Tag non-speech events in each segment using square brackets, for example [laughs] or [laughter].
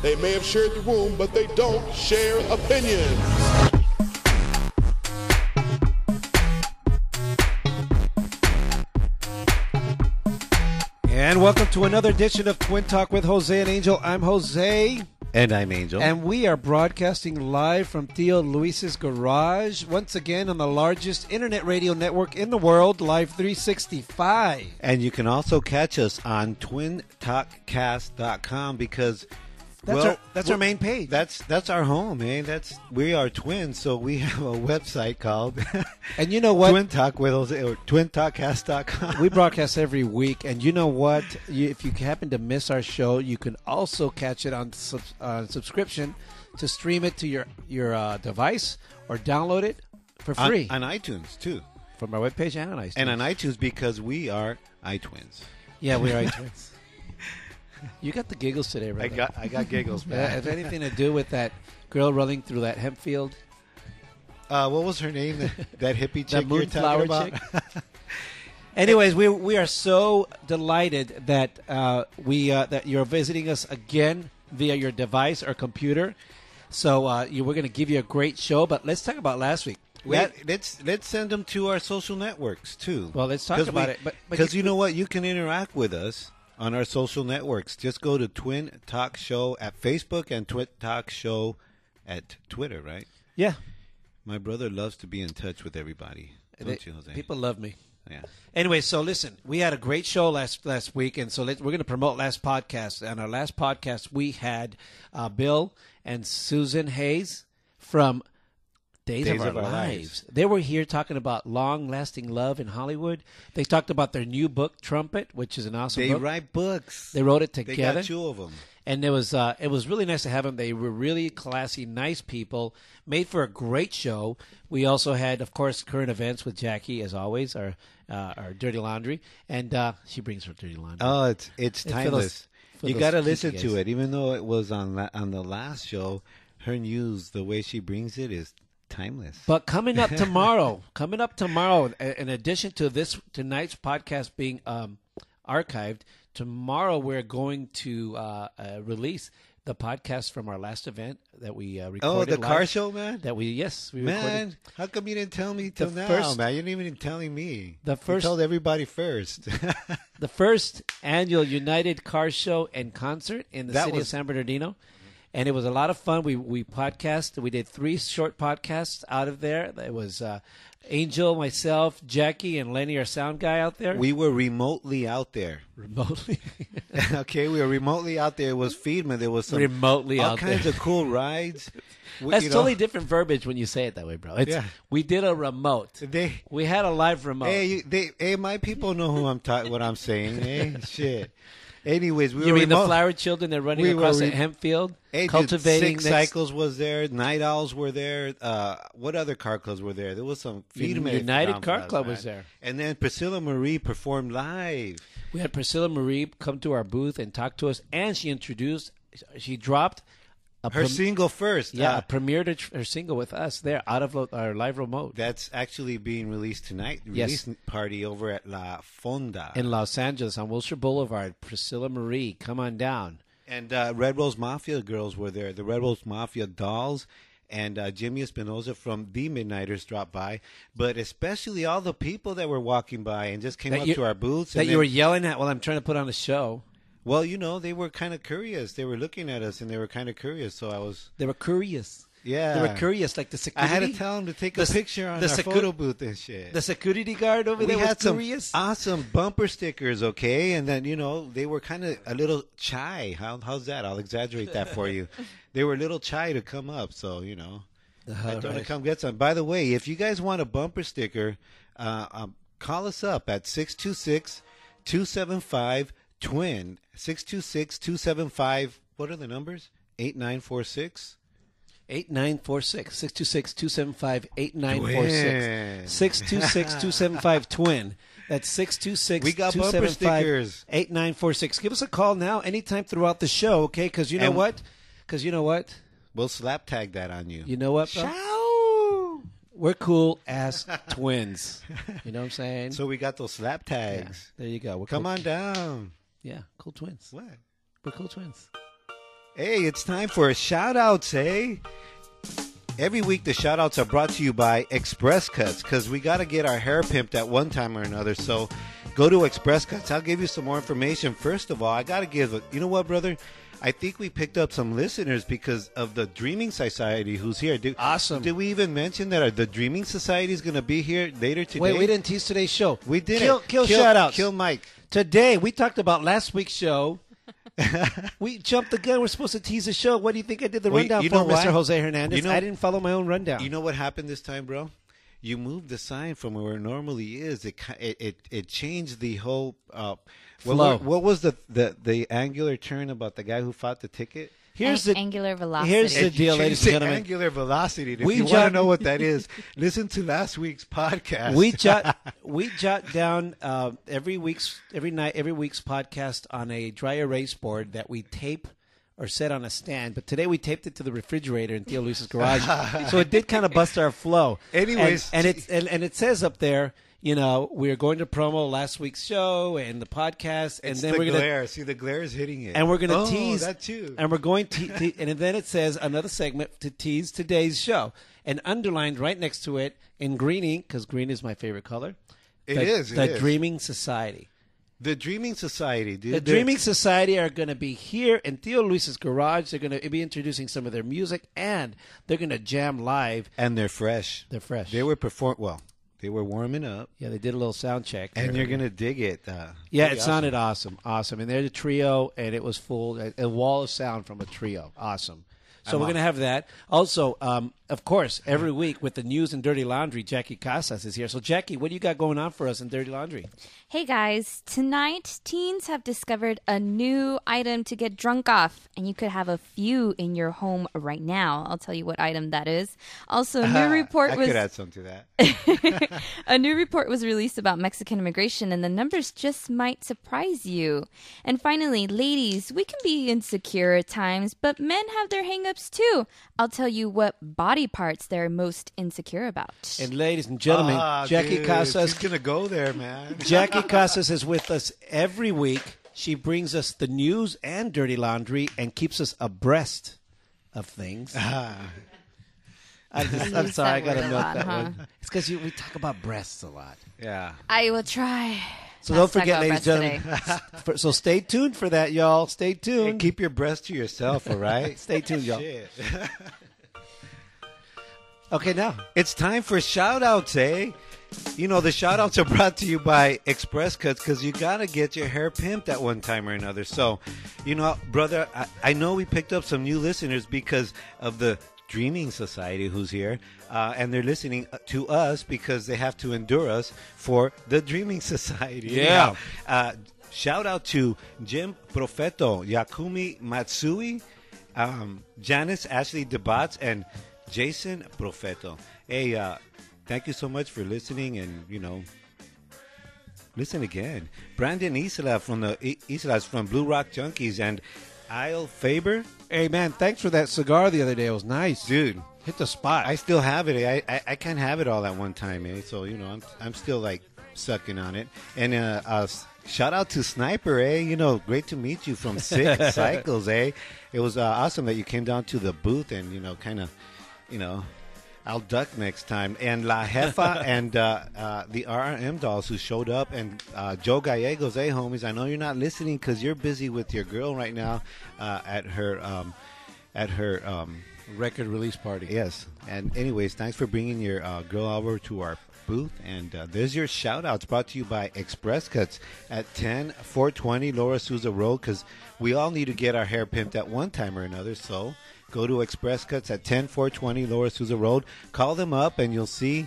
They may have shared the room, but they don't share opinions. And welcome to another edition of Twin Talk with Jose and Angel. I'm Jose. And I'm Angel. And we are broadcasting live from Theo Luis's garage, once again on the largest internet radio network in the world, Live 365. And you can also catch us on twintalkcast.com because That's well, our that's our main page. That's that's our home, man. That's we are twins, so we [laughs] have a website called [laughs] And you know what? Twin Talk with Jose or twintalkcast.com. we broadcast every week, and you know what? You, if you happen to miss our show, you can also catch it on sub, uh, subscription to stream it to your your uh, device or download it for on, free on iTunes too. from our webpage and on iTunes. And on iTunes because we are iTwins. yeah, [laughs] we are iTunes. you got the giggles today, brother. I got I got giggles, Uh, man. have anything to do with that girl running through that hemp field? [laughs] Uh, what was her name? That, that [laughs] hippie chick That you're talking moonflower about? chick? [laughs] Anyways, we we are so delighted that uh, we uh, that you're visiting us again via your device or computer. So uh, you, we're going to give you a great show, but let's talk about last week. Let, let's let's send them to our social networks too. Well, let's talk about it, but- but because you- you know what, you can interact with us on our social networks. Just go to Twin Talk Show at Facebook and Twin Talk Show at Twitter. Right, yeah, my brother loves to be in touch with everybody. Don't you, Jose? people love me. yeah. Anyway, so listen, we had a great show last last week, and so let's, we're going to promote last podcast. And our last podcast, we had uh, Bill and Susan Hayes from Days, of, Our, lives. They were here talking about long lasting love in Hollywood. They talked about their new book, Trumpet, which is an awesome They book. write books. they wrote it They together got two of them. and it was uh, it was really nice to have them. They were really classy, nice people. Made for a great show. We also had, of course, current events with Jackie, as always, our uh, our dirty laundry, and uh, she brings her dirty laundry. Oh, it's it's for those- timeless. for you those got to geeky listen to guys. it, even though it was on la- on the last show. Her news, the way she brings it, is timeless. But coming up tomorrow, [laughs] coming up tomorrow, a- in addition to this tonight's podcast being um, archived, tomorrow we're going to uh, uh, release the podcast from our last event that we uh, recorded. oh, the live. car show, man. that we yes we recorded. Man, how come you didn't tell me till now, first- man? You didn't even tell me. The first- you told everybody [laughs] first. the first annual United Car Show and concert in the That city of was- San Bernardino, and it was a lot of fun. We we podcast. We did three short podcasts out of there. It was uh, Angel, myself, Jackie, and Lenny, our sound guy out there. we were remotely out there. [laughs] remotely. [laughs] okay, we were remotely out there. It was Feedman. There was some Remotely all out kinds there. of cool rides. [laughs] We- That's you know, totally different verbiage when you say it that way, bro. It's, Yeah. We did a remote. They, We had a live remote. hey, you, they, hey, my people know who I'm talking. what I'm saying. [laughs] Hey, shit. Anyways, we you were mean the remote- flower children that are running we were across the re- hemp field, Hey, dude, cultivating Six next- Cycles was there. Night Owls were there. Uh, what other car clubs were there? There was some Feedman United Car phenomenons, Club was man. there. and then Priscilla Marie performed live. We had Priscilla Marie come to our booth and talk to us, and she introduced, she dropped a Her prem- single first. yeah, uh, a premiered her tr- her single with us there out of lo- our live remote that's actually being released tonight. Yes. Release party over at La Fonda. in And, Los Angeles on Wilshire Boulevard. Priscilla Marie, come on down. uh, Red Rose Mafia girls were there. The Red Rose Mafia dolls. And uh, Jimmy Espinosa from The Midnighters dropped by, but especially all the people that were walking by and just came That up you- to our booths. That and you were then- yelling at while I'm trying to put on a show. well, you know, they were kind of curious. They were looking at us and they were kind of curious. So I was, They were curious. yeah. They were curious, like the I security. had to tell them to take The a s- picture on the the secu- photo booth and shit. the security guard over there we was had some curious. awesome bumper stickers, okay? And then you know they were kind of a little shy. How, how's that? I'll exaggerate that for [laughs] you. they were a little shy to come up, so you know. I told them to come get some. By the way, if you guys want a bumper sticker, uh, um, call us up at 626-275-TWIN. 626-275, what are the numbers? 8946? 8946 626 275 Twin. 8946 626 [laughs] 275 twin. That's 626 We got bumper stickers. 8946. Give us a call now anytime throughout the show, okay? Cuz you know And- what? Cuz you know what? We'll slap tag that on you. You know what? bro? We're cool [laughs] ass twins. You know what I'm saying? So we got those slap Yeah, tags. there you go. We're Come cool- on down. Yeah, cool twins. What? We're cool twins. Hey, it's time for shout outs, hey? Every week, the shout outs are brought to you by Express Cuts because we got to get our hair pimped at one time or another. So go to Express Cuts. I'll give you some more information. First of all, I got to give a, you know what, brother? I think we picked up some listeners because of the Dreaming Society who's here. Did, Awesome. Did we even mention that our- the Dreaming Society is going to be here later today? Wait, we didn't tease today's show. We did kill, it. Kill, shout outs. Kill Mike. Today, we talked about last week's show. [laughs] we jumped the gun. We're supposed to tease the show. What do you think I did the Well, rundown you for, know Mr. what? Jose Hernandez? You know- I didn't follow my own rundown. You know what happened this time, bro? You moved the sign from where it normally is. It ki- it it, it changed the whole uh, what, Flow. were- What was the, the the angular turn about the guy who fought the ticket? here's Ang- the angular velocity. here's the It deal, changed ladies and the gentlemen. Angular velocity. If We you want to jot- know what that is, listen to last week's podcast. [laughs] we jot we jot down uh, every week's every night every week's podcast on a dry erase board that we tape or set on a stand. But today we taped it to the refrigerator in Theo Luis's [laughs] garage, so it did kind of bust our flow. Anyways. and, and it and, and it says up there. You know, we're going to promo last week's show and the podcast, and It's then the we're gonna glare. See the glare is hitting it, and we're going to oh, tease that too. And we're going to, te- and then it says another segment to tease today's show, and underlined right next to it in green ink because green is my favorite color. It It is is, the, it the is. Dreaming Society. the Dreaming Society, dude. The They're- Dreaming Society are going to be here in Theo Luis's garage. They're going to be introducing some of their music, and they're going to jam live. and they're fresh. They're fresh. They were perform well. They were warming up, Yeah, they did a little sound check. and there. you're gonna dig it. Uh, yeah, pretty it sounded awesome, awesome. And they're the trio, and it was full a, a wall of sound from a trio, awesome. So we're gonna have that. Also, um, of course, every week with the news and dirty laundry, Jackie Casas is here. So Jackie, what do you got going on for us in dirty laundry? Hey guys, tonight teens have discovered a new item to get drunk off, and you could have a few in your home right now. I'll tell you what item that is. Also, a new [laughs] report I was could add something to that. [laughs] a new report was released about Mexican immigration, and the numbers just might surprise you. And finally, ladies, we can be insecure at times, but men have their hangups too. I'll tell you what body parts they're most insecure about. And ladies and gentlemen, Ah, Jackie Casas, She's gonna go there, [laughs] man. Jackie Casas is with us every week. She brings us the news and dirty laundry and keeps us abreast of things. [laughs] I just, I'm use sorry, I Ah. that word gotta a milk lot, that huh? one. It's because we talk about breasts a lot. yeah. I will try. So don't Let's talk forget, about ladies and breasts gentlemen. [laughs] for- so stay tuned for that, y'all. Stay tuned. keep your breast to yourself, all right? [laughs] stay tuned, y'all. Shit. Okay, now It's time for shout outs, eh? You know, the shout outs are brought to you by Express Cuts because you got to get your hair pimped at one time or another. So, you know, brother, I, I know we picked up some new listeners because of the Dreaming Society who's here. Uh, and they're listening to us because they have to endure us for the Dreaming [laughs] Society. Yeah. Uh, shout out to Jim Profeto, Yakumi Matsui, um, Janice Ashley Debats, and Jason Profeto. Hey, uh, thank you so much for listening and, you know, listen again. Brandon Isla from the I- Islas from Blue Rock Junkies and Isle Faber. hey man, thanks for that cigar the other day. It was nice, Dude, Hit the spot. I still have it. I, I, I can't have it all at one time, eh? So you know, I'm I'm still like sucking on it. And uh, uh s- shout out to Sniper, eh? You know, great to meet you from Six Cycles, eh? It was uh, awesome that you came down to the booth and you know, kind of, you know. I'll duck next time. And La Jefa and uh, uh, the RRM dolls who showed up, and uh, Joe Gallegos, eh, homies? I know you're not listening because you're busy with your girl right now uh, at her um, at her um, Record release party. Yes. And anyways, thanks for bringing your uh, girl over to our booth. And uh, there's your shout outs brought to you by Express Cuts at 10 420 Laura Souza Road because we all need to get our hair pimped at one time or another. So go to Express Cuts at 10 420 Laura Souza Road. Call them up and you'll see.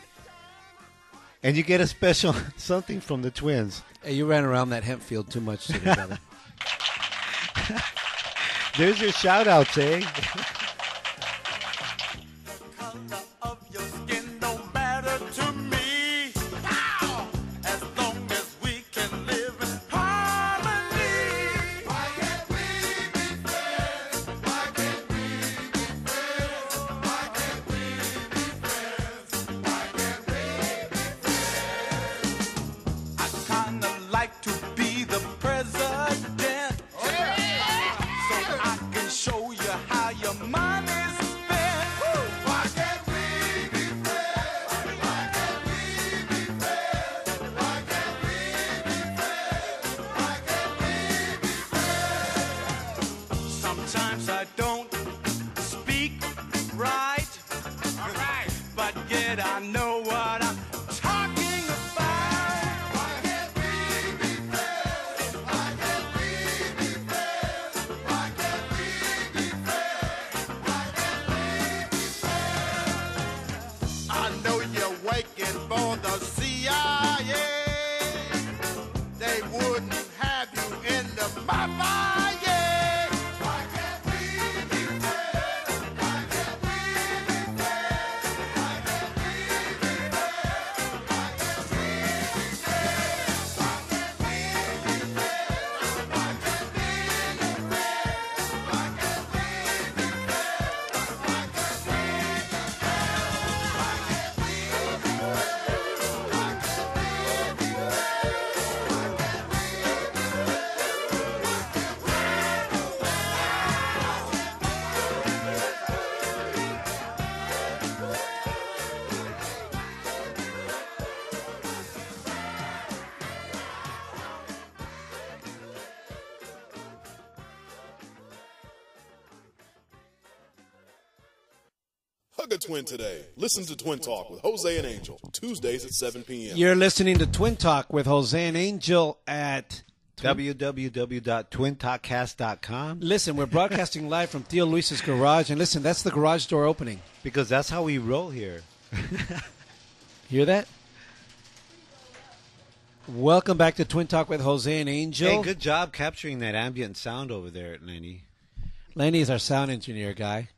And you get a special [laughs] something from the twins. Hey, you ran around that hemp field too much today, [laughs] brother. There's your shout outs, eh? Hug a twin today. Listen to Twin Talk with Jose and Angel, Tuesdays at 7 p.m. You're listening to Twin Talk with Jose and Angel at. www.twintalkcast.com Listen, we're broadcasting live from Theo Luis's garage, and listen, that's the garage door opening. because that's how we roll here. Hear that? Welcome back to Twin Talk with Jose and Angel. Hey, good job capturing that ambient sound over there, Lenny. Lenny is our sound engineer guy.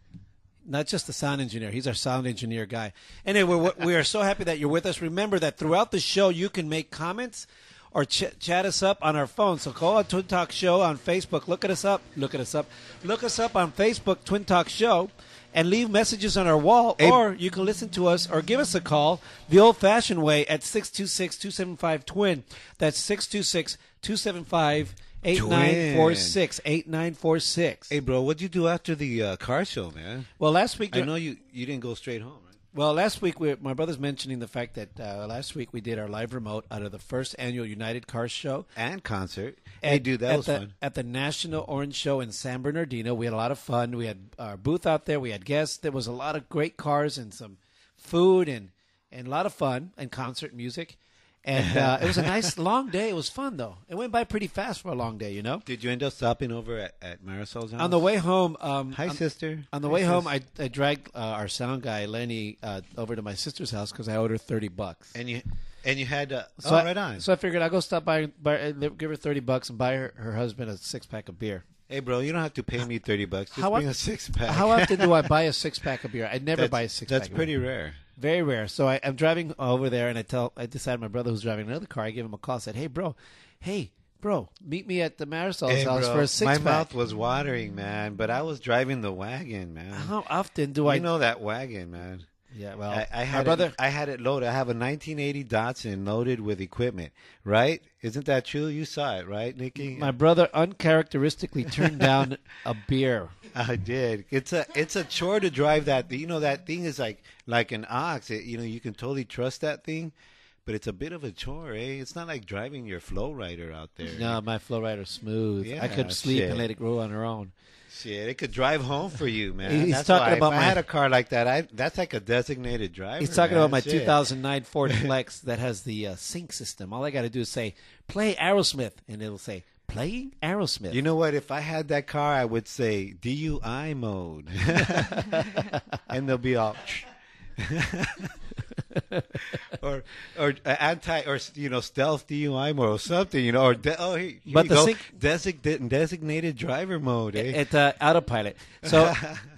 Not just the sound engineer, he's our sound engineer guy. Anyway, we're, we are so happy that you're with us. Remember that throughout the show, you can make comments or ch- chat us up on our phone. So call on Twin Talk Show on Facebook. Look at us up. Look at us up. Look us up on Facebook, Twin Talk Show, and leave messages on our wall. Or you can listen to us or give us a call the old fashioned way at 626 275 Twin. That's 626 275 8946. 8946. Hey, bro, what'd you do after the uh, car show, man? Well, last week, I know you you didn't go straight home, right? well, last week, we, my brother's mentioning the fact that uh, last week we did our live remote out of the first annual United Cars Show. And concert. hey, at- dude, that at was the, fun. At the National Orange Show in San Bernardino, we had a lot of fun. We had our booth out there. We had guests. There was a lot of great cars and some food and and a lot of fun and concert music. [laughs] And uh, it was a nice long day. It was fun though. It went by pretty fast for a long day, you know. Did you end up stopping over at, at Marisol's house? On the way home, um, Hi, on- sister. On the Hi, way sis. home, I, I dragged uh, our sound guy Lenny uh, over to my sister's house because I owed her thirty bucks. and you and you had uh, so oh, I, right on. So I figured I'll go stop by, by and give her thirty bucks and buy her, her husband a six pack of beer. hey, bro, you don't have to pay me thirty bucks. Just How bring of- a six pack. How [laughs] often do I buy a six pack of beer? I never that's, buy a six. That's pack pretty rare. very rare. So I, I'm driving over there, and I tell I decide my brother who's driving another car. I give him a call. I said, "Hey, bro, hey, bro, meet me at the Marisol's Hey, house bro, Oh, for a six my pack." mouth was watering, man, but I was driving the wagon, man. How often do I You know that wagon, man. Yeah, well, I, I my had brother- It, I had it loaded. I have a 1980 Datsun loaded with equipment. Right? Isn't that true? You saw it, right, Nikki? My brother uncharacteristically turned down a beer. [laughs] I did. It's a it's a chore to drive that. You know that thing is like like an ox. It, you know you can totally trust that thing, but it's a bit of a chore, eh? It's not like driving your flow rider out [laughs] there. No, my flow rider's smooth. I Yeah, could sleep shit. and let it grow on her own. Shit, it could drive home for you, man. He's That's talking why about if my- I had a car like that. I that's like a designated driver. He's talking man. about my Shit. 2009 [laughs] Ford Flex that has the uh, sync system. All I got to do is say, play Aerosmith, and it'll say, playing Aerosmith. You know what? If I had that car, I would say DUI mode, [laughs] and they'll be all. [laughs] or or anti or you know stealth DUI mode or something you know or de- oh here, here But you the go. sig- Design- designated driver mode eh? it uh, autopilot. [laughs] So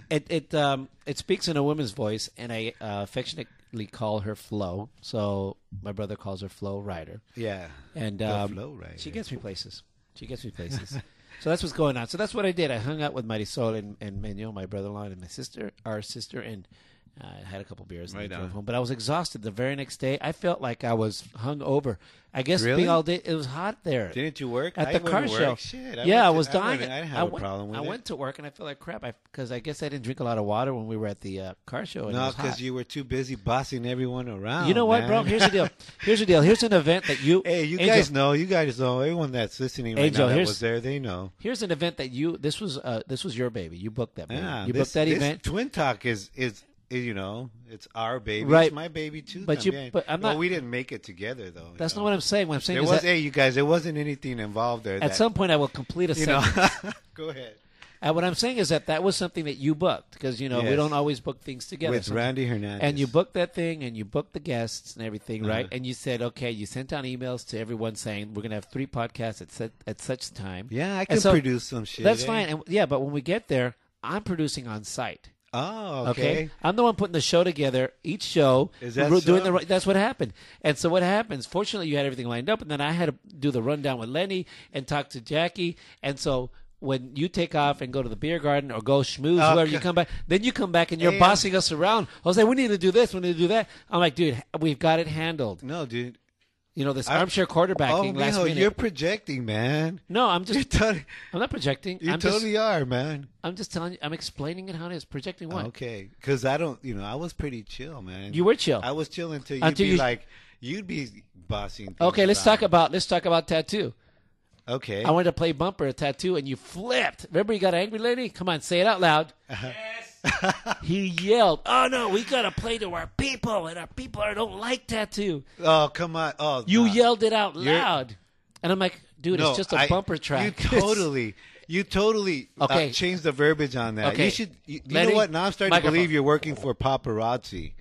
it it um it speaks in a woman's voice, and I uh, affectionately call her Flo. So my brother calls her Flo Rider. yeah and The um, flow rider. she gets me places. She gets me places. so that's what's going on. So that's what I did. I hung out with Marisol and, and Manuel, my brother-in-law, and my sister, our sister, and uh, had a couple beers and Right then drove on. home. But I was exhausted the very next day. I felt like I was hung over. I guess Really? being all day, it was hot there. Didn't you work at I the went car to work. show? Shit, yeah, went I to- was dying. I, went- I didn't have a went- problem with I it. went to work and I felt like crap because I, guess I didn't drink a lot of water when we were at the uh, car show. And it no was hot. because you were too busy bossing everyone around You know what, bro? man. Here's the deal. Here's the deal. Here's an event that you. [laughs] Hey, you Angel, guys know, you guys know, everyone that's listening right Angel, now that here's- was there, they know. Here's an event that you this was uh, this was your baby. You booked that baby. Yeah, you this- booked that this event. Twin Talk is, is is you know, it's our baby, Right. It's my baby too. But you- también. but I'm Well, not- we didn't make it together though. That's not what I'm saying. What I'm saying There is was, that hey, you guys, there wasn't anything involved there. at that, some point I will complete a you know, sentence. go ahead. and what I'm saying is that that was something that you booked because you know we Yes. don't always book things together. With So- Randy Hernandez, Uh-huh. and you booked that thing, and you booked the guests and everything, right? And you said, okay, you sent out emails to everyone saying we're going to have three podcasts at such, at such time. Yeah, I And can so- produce some shit. That's eh? fine. And, yeah, but when we get there, I'm producing on site. Oh, Okay. okay. I'm the one putting the show together. Each show, Is that we're doing so? the ru- that's what happened. And so what happens? Fortunately, you had everything lined up, and then I had to do the rundown with Lenny and talk to Jackie. And so when you take off and go to the beer garden or go schmooze, Oh, wherever you God. come back, then you come back and you're And- bossing us around. Jose, we need to do this, we need to do that. I'm like, dude, we've got it handled. No, dude. You know this I- armchair quarterback Oh, thing last mijo, minute. you're projecting, man. no, I'm [laughs] You just. totally, I'm not projecting. you I'm totally just. are, man. I'm just telling you. I'm explaining it how it is. Projecting what? Okay, because I don't, you know, I was pretty chill, man. You were chill. I was chill until you'd Until be you- like, you'd be bossing. Things Okay, let's around. talk about let's talk about tattoo. Okay, Uh-huh. I wanted to play bumper a tattoo, and you flipped. Remember, you got angry, lady. Come on, say it out loud. Yes. [laughs] he yelled, "Oh no, we gotta play to our people, and our people are, don't like tattoo." Oh come on! Oh, You nah. yelled it out You're- loud, and I'm like, "Dude, No, it's just a I- bumper track." [laughs] You totally, you totally Okay. uh, changed the verbiage on that. Okay. You should. You, you Lenny, know what? Now I'm starting microphone. to believe you're working for paparazzi.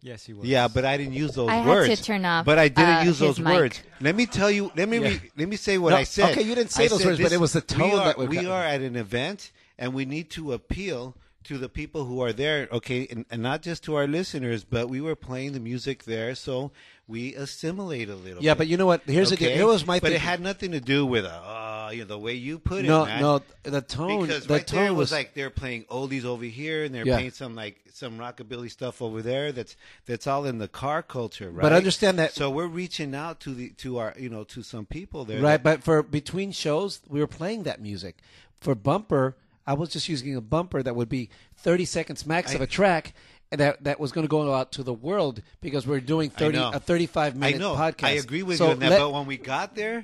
Yes, he was. Yeah, but I didn't use those I had to words. turn off, But I didn't uh, use his those mic. words. Let me tell you. Let me re, let me say what No, I said. okay, you didn't say I those said words, but this- it was the tone we are, that we we got- are at an event, and we need to appeal to the people who are there. Okay, and, and not just to our listeners, but we were playing the music there, so we assimilate a little. yeah, bit. but you know what? Here's the okay? deal. Here was my But it thing. had nothing to do with uh, you know, the way you put it. no, Matt. no, the tone. Because the right tone there was like they're playing oldies over here, and they're Yeah. playing some like some rockabilly stuff over there. That's that's all in the car culture, right? But understand that- So we're reaching out to the to our you know to some people there, [laughs] right. that- But for between shows, we were playing that music. For bumper, I was just using a bumper that would be 30 seconds max of a track. and That that was going to go out to the world because we're doing I thirty know. a thirty five minute I know. podcast. I agree with So you on that. let- but when we got there,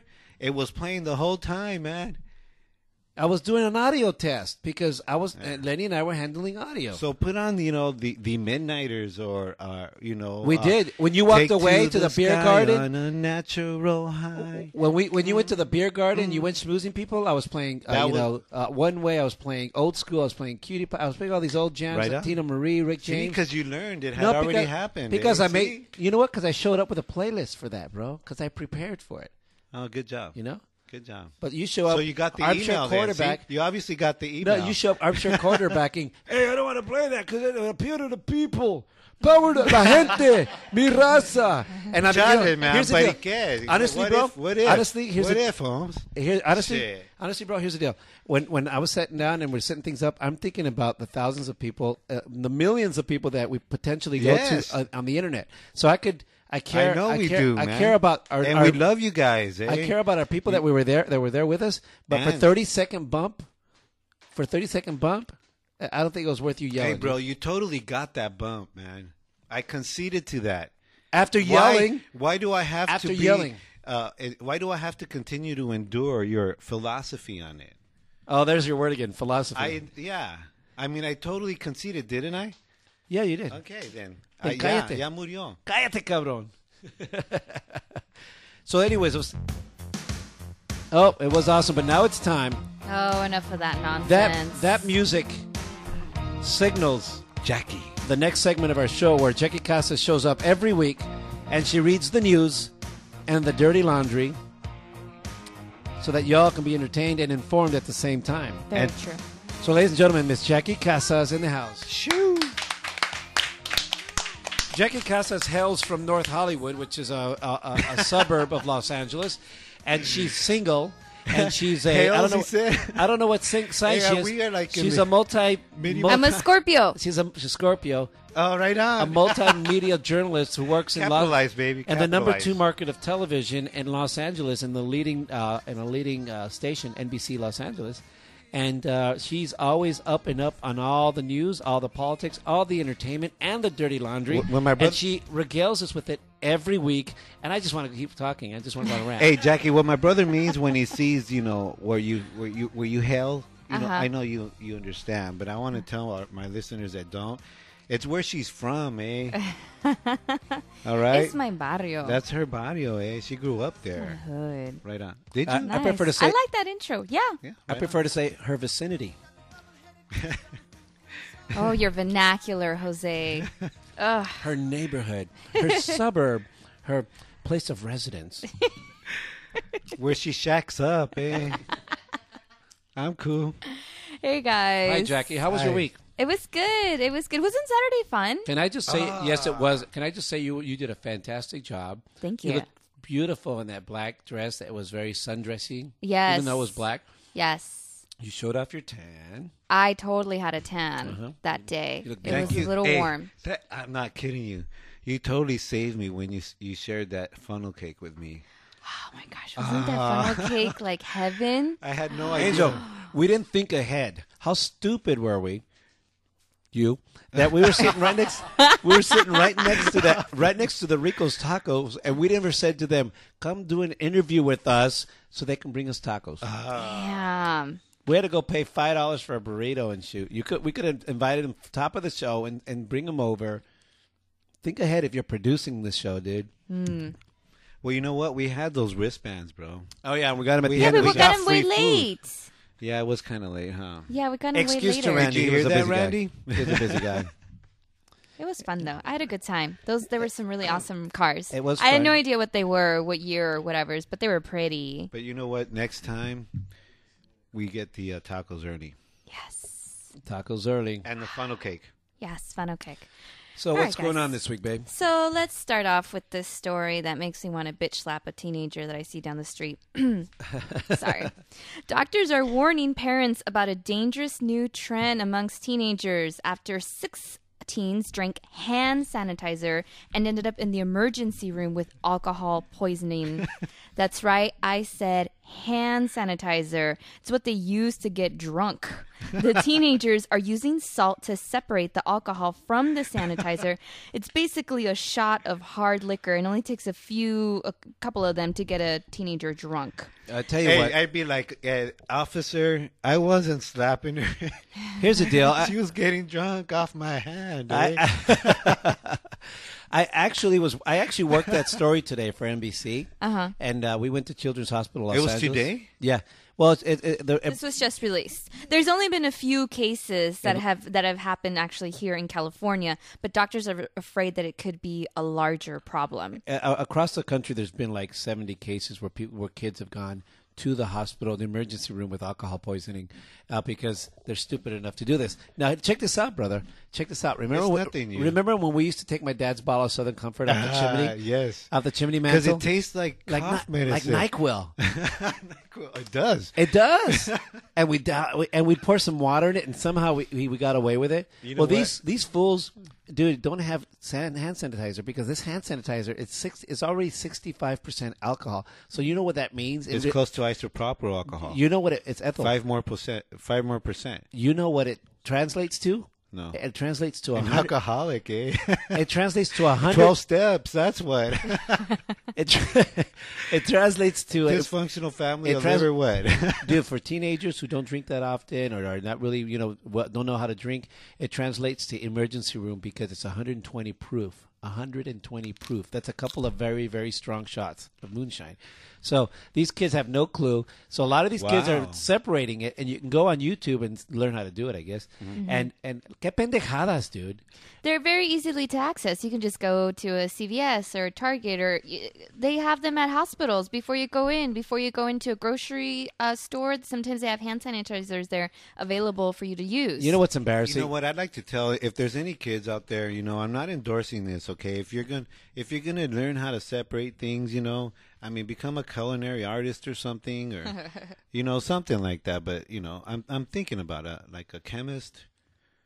it was playing the whole time, man. I was doing an audio test because I was and Lenny and I were handling audio. So put on you know the the Midnighters or uh, you know We uh, did. When you walked Take away to the beer sky garden- on a natural high. when we when you went to the beer garden, you went schmoozing people. I was playing, uh, Mm. That you was- know, uh, one way. I was playing old school. I was playing cutie pie. I was playing all these old jams, Right like on. Tina Marie, Rick James. Because you learned it had already happened. Because eh? I made, See? you know what? Because I showed up with a playlist for that, bro. Because I prepared for it, Oh, good job. you know. Good job. But you show up. so you got the armchair email then, see? quarterback. You obviously got the No, email. you show up armchair [laughs] quarterbacking. hey, I don't want to play that because it'll appeal to the people. Power to la gente, mi raza. And I mean, you know, Charlie, man, here's the but deal. again, Honestly, what bro. If, what if? Honestly, here's what the, if, Holmes? Here, honestly, Shit. honestly, bro. Here's the deal. When when I was sitting down and we're setting things up, I'm thinking about the thousands of people, uh, the millions of people that we potentially go Yes. to uh, on the internet. So I could, I care. I know we care, do, I man. care about our. and our- we love you guys. Eh? I care about our people that we were there that were there with us. But for Man. thirty second bump, for thirty second bump, I I don't think it was worth you yelling. Hey, bro, you totally got that bump, man. I conceded to that. After yelling, Why, why do I have After to be, yelling. Uh, it- why do I have to continue to endure your philosophy on it? oh, there's your word again, philosophy. I yeah. I mean, I totally conceded, didn't I? yeah, you did. Okay, then. Then I- yeah, cállate. ya murió. Cállate, cabrón. [laughs] so, anyways, it was. Oh, it was awesome, but now it's time. Oh, enough of that nonsense. That that music signals Jackie. the next segment of our show where Jackie Casas shows up every week and she reads the news and the dirty laundry so that y'all can be entertained and informed at the same time. Very and- true. So, ladies and gentlemen, Miss Jackie Casas in the house. Shoo. Jackie Casas hails from North Hollywood, which is a, a, a, [laughs] a suburb of Los Angeles, and she's single. And she's a I Hails, don't he know said? I don't know what sing- sign Hey, she are is. we are like in she's the a multi. mini- mul- [laughs] I'm a Scorpio. she's a she's Scorpio, Oh, right a on. multimedia journalist who works in Los, Capitalize, baby, and the number capitalize. two market of television in Los Angeles, in the leading uh, in a leading uh, station NBC Los Angeles, and uh, she's always up and up on all the news, all the politics, all the entertainment, and the dirty laundry. Wh- when my and brother- she regales us with it every week, and I just want to keep talking. I just want to [laughs] rant. Hey Jackie, what my brother means when he sees you know where you where you where you hail, you know, Uh-huh. I know you you understand, but I want to tell our, my listeners that don't, it's where she's from, [laughs] eh? All right, It's my barrio. that's her barrio, eh? She grew up there, Hood. right on. Did Uh, you? I prefer to Nice. say- I like that intro. Yeah. yeah, I right prefer to say her vicinity. [laughs] Oh, your vernacular, Jose. Ugh. her neighborhood, her [laughs] suburb, her place of residence. on. where she shacks up, eh? [laughs] I'm cool. Hey guys. Hi, Jackie. How was your Hi. week? It was good. It was good. Wasn't Saturday fun? Can I just say yes? It was. Can I just say you you did a fantastic job. Ah. Thank You you. looked beautiful in that black dress that was very sundressy. Yes. Even though it was black, Yes. you showed off your tan. I totally had a tan that day. You look It thank was a little Hey, warm. that- I'm not kidding you. You totally saved me when you s- you shared that funnel cake with me. Oh my gosh, wasn't that funnel cake like heaven? I had no idea. Angel, Oh. we didn't think ahead. How stupid were we? You that we were sitting right next, we were sitting right next to that, right next to the Rico's Tacos, and we never said to them, "Come do an interview with us, so they can bring us tacos." Damn. We had to go pay five dollars for a burrito and shoot. You could we could have invited him top of the show and and bring him over. Think ahead if you're producing this show, dude. Well, you know what? We had those wristbands, bro. Oh yeah, we got him at We the Yeah, had end. to leave of the show. but we got out him free way food. late. Yeah, it was kind of late, huh? Yeah, we got him way Excuse later. to Randy. Did He you was hear a that, busy [laughs] Randy? guy. He was a busy guy. It was fun though. I had a good time. Those there were some really awesome cars. It was I had fun. no idea what they were, what year or whatever's, but they were pretty. But you know what? Next time, we get the uh, tacos early Yes. Tacos early. and the funnel cake. Yes, funnel cake. So All what's right, going guys. on this week, babe? So let's start off with this story that makes me want to bitch slap a teenager that I see down [laughs] the street. Sorry. Doctors are warning parents about a dangerous new trend amongst teenagers after six teens drank hand sanitizer and ended up in the emergency room with alcohol poisoning. That's right, I said hand sanitizer. It's what they use to get drunk. The teenagers are using salt to separate the alcohol from the sanitizer. It's basically a shot of hard liquor and only takes a few a couple of them to get a teenager drunk. I tell you Hey, what. I'd be like, eh, officer, I wasn't slapping her. [laughs] here's the deal. I- she was getting drunk off my hand. eh? [laughs] I actually was. I actually worked that story today for NBC, Uh-huh. and uh, we went to Children's Hospital. Los It was Angeles. today? Yeah. Well, it, it, it, the, This was just released. There's only been a few cases that have that have happened actually here in California, but doctors are afraid that it could be a larger problem. uh, across the country, there's been like 70 cases where people, where kids have gone to the hospital, the emergency room with alcohol poisoning, uh, because they're stupid enough to do this. Now, check this out, brother. Check this out. Remember It's when, nothing new. remember when we used to take my dad's bottle of Southern Comfort out the Ah, chimney? yes. out the chimney Because mantle. it tastes like, like cough Ni- like medicine. Nyquil. [laughs] NyQuil. It does. [laughs] It does. and we dou- and we'd pour some water in it, and somehow we we, we got away with it. You know well, what? these these fools, dude, don't have san- hand sanitizer because this hand sanitizer it's six it's already sixty five percent alcohol. So you know what that means? It's It- close to isopropyl alcohol. You know what it, it's ethyl. five more percent. Five more percent. You know what it translates to? No. It translates to a An hundred. alcoholic, [laughs] eh? It translates [laughs] to a hundred. Twelve steps. That's what. It, tra- [laughs] it translates to a, [laughs] Dysfunctional family it of trans- liver what? [laughs] Dude, for teenagers who don't drink that often or are not really, you know, wha- don't know how to drink, it translates to emergency room because it's 120 proof. 120 proof. That's a couple of very, very strong shots of moonshine. So these kids have no clue. So a lot of these kids are Wow. separating it, and you can go on YouTube and s- learn how to do it, I guess. And and que pendejadas, dude. They're very easily to access. You can just go to a CVS or a Target, or y- they have them at hospitals before you go in, before you go into a grocery uh, store. Sometimes they have hand sanitizers there available for you to use. You know what's you embarrassing? know what? I'd like to tell if there's any kids out there. You know, I'm not endorsing this. Okay, if you're gonna if you're gonna learn how to separate things, you know, I mean, become a culinary artist or something, [laughs] or you know, something like that. But you know, I'm I'm thinking about a like a chemist.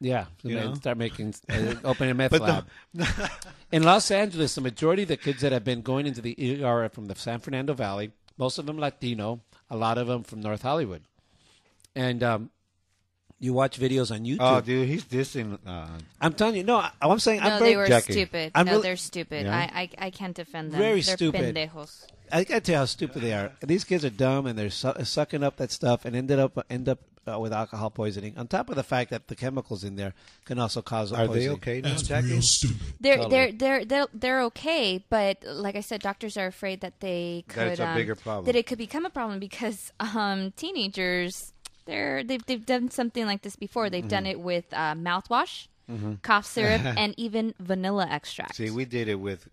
Yeah, and You then know? start making [laughs] uh, open a meth But the- lab. [laughs] in Los Angeles, the majority of the kids that have been going into the ER are from the San Fernando Valley. Most of them Latino, a lot of them from North Hollywood, and um, you watch videos on YouTube. Oh, dude, he's dissing. Uh, I'm telling you, no, I, I'm saying no, I'm very, they were Jackie. stupid. I'm no, really- they're stupid. Yeah. I, I I can't defend them. Very they're stupid. Pendejos. I gotta tell you how stupid they are. These kids are dumb, and they're su- uh, sucking up that stuff, and ended up end up uh, with alcohol poisoning. On top of the fact that the chemicals in there can also cause are poisoning. they okay now, Jackie? They're, Totally. they're they're they're they're okay, but like I said, doctors are afraid that they could That it's a um, bigger problem. that it could become a problem because um, teenagers they're they've they've done something like this before. They've done Mm-hmm. it with uh, mouthwash, [laughs] cough syrup, and even vanilla extract. See, we did it with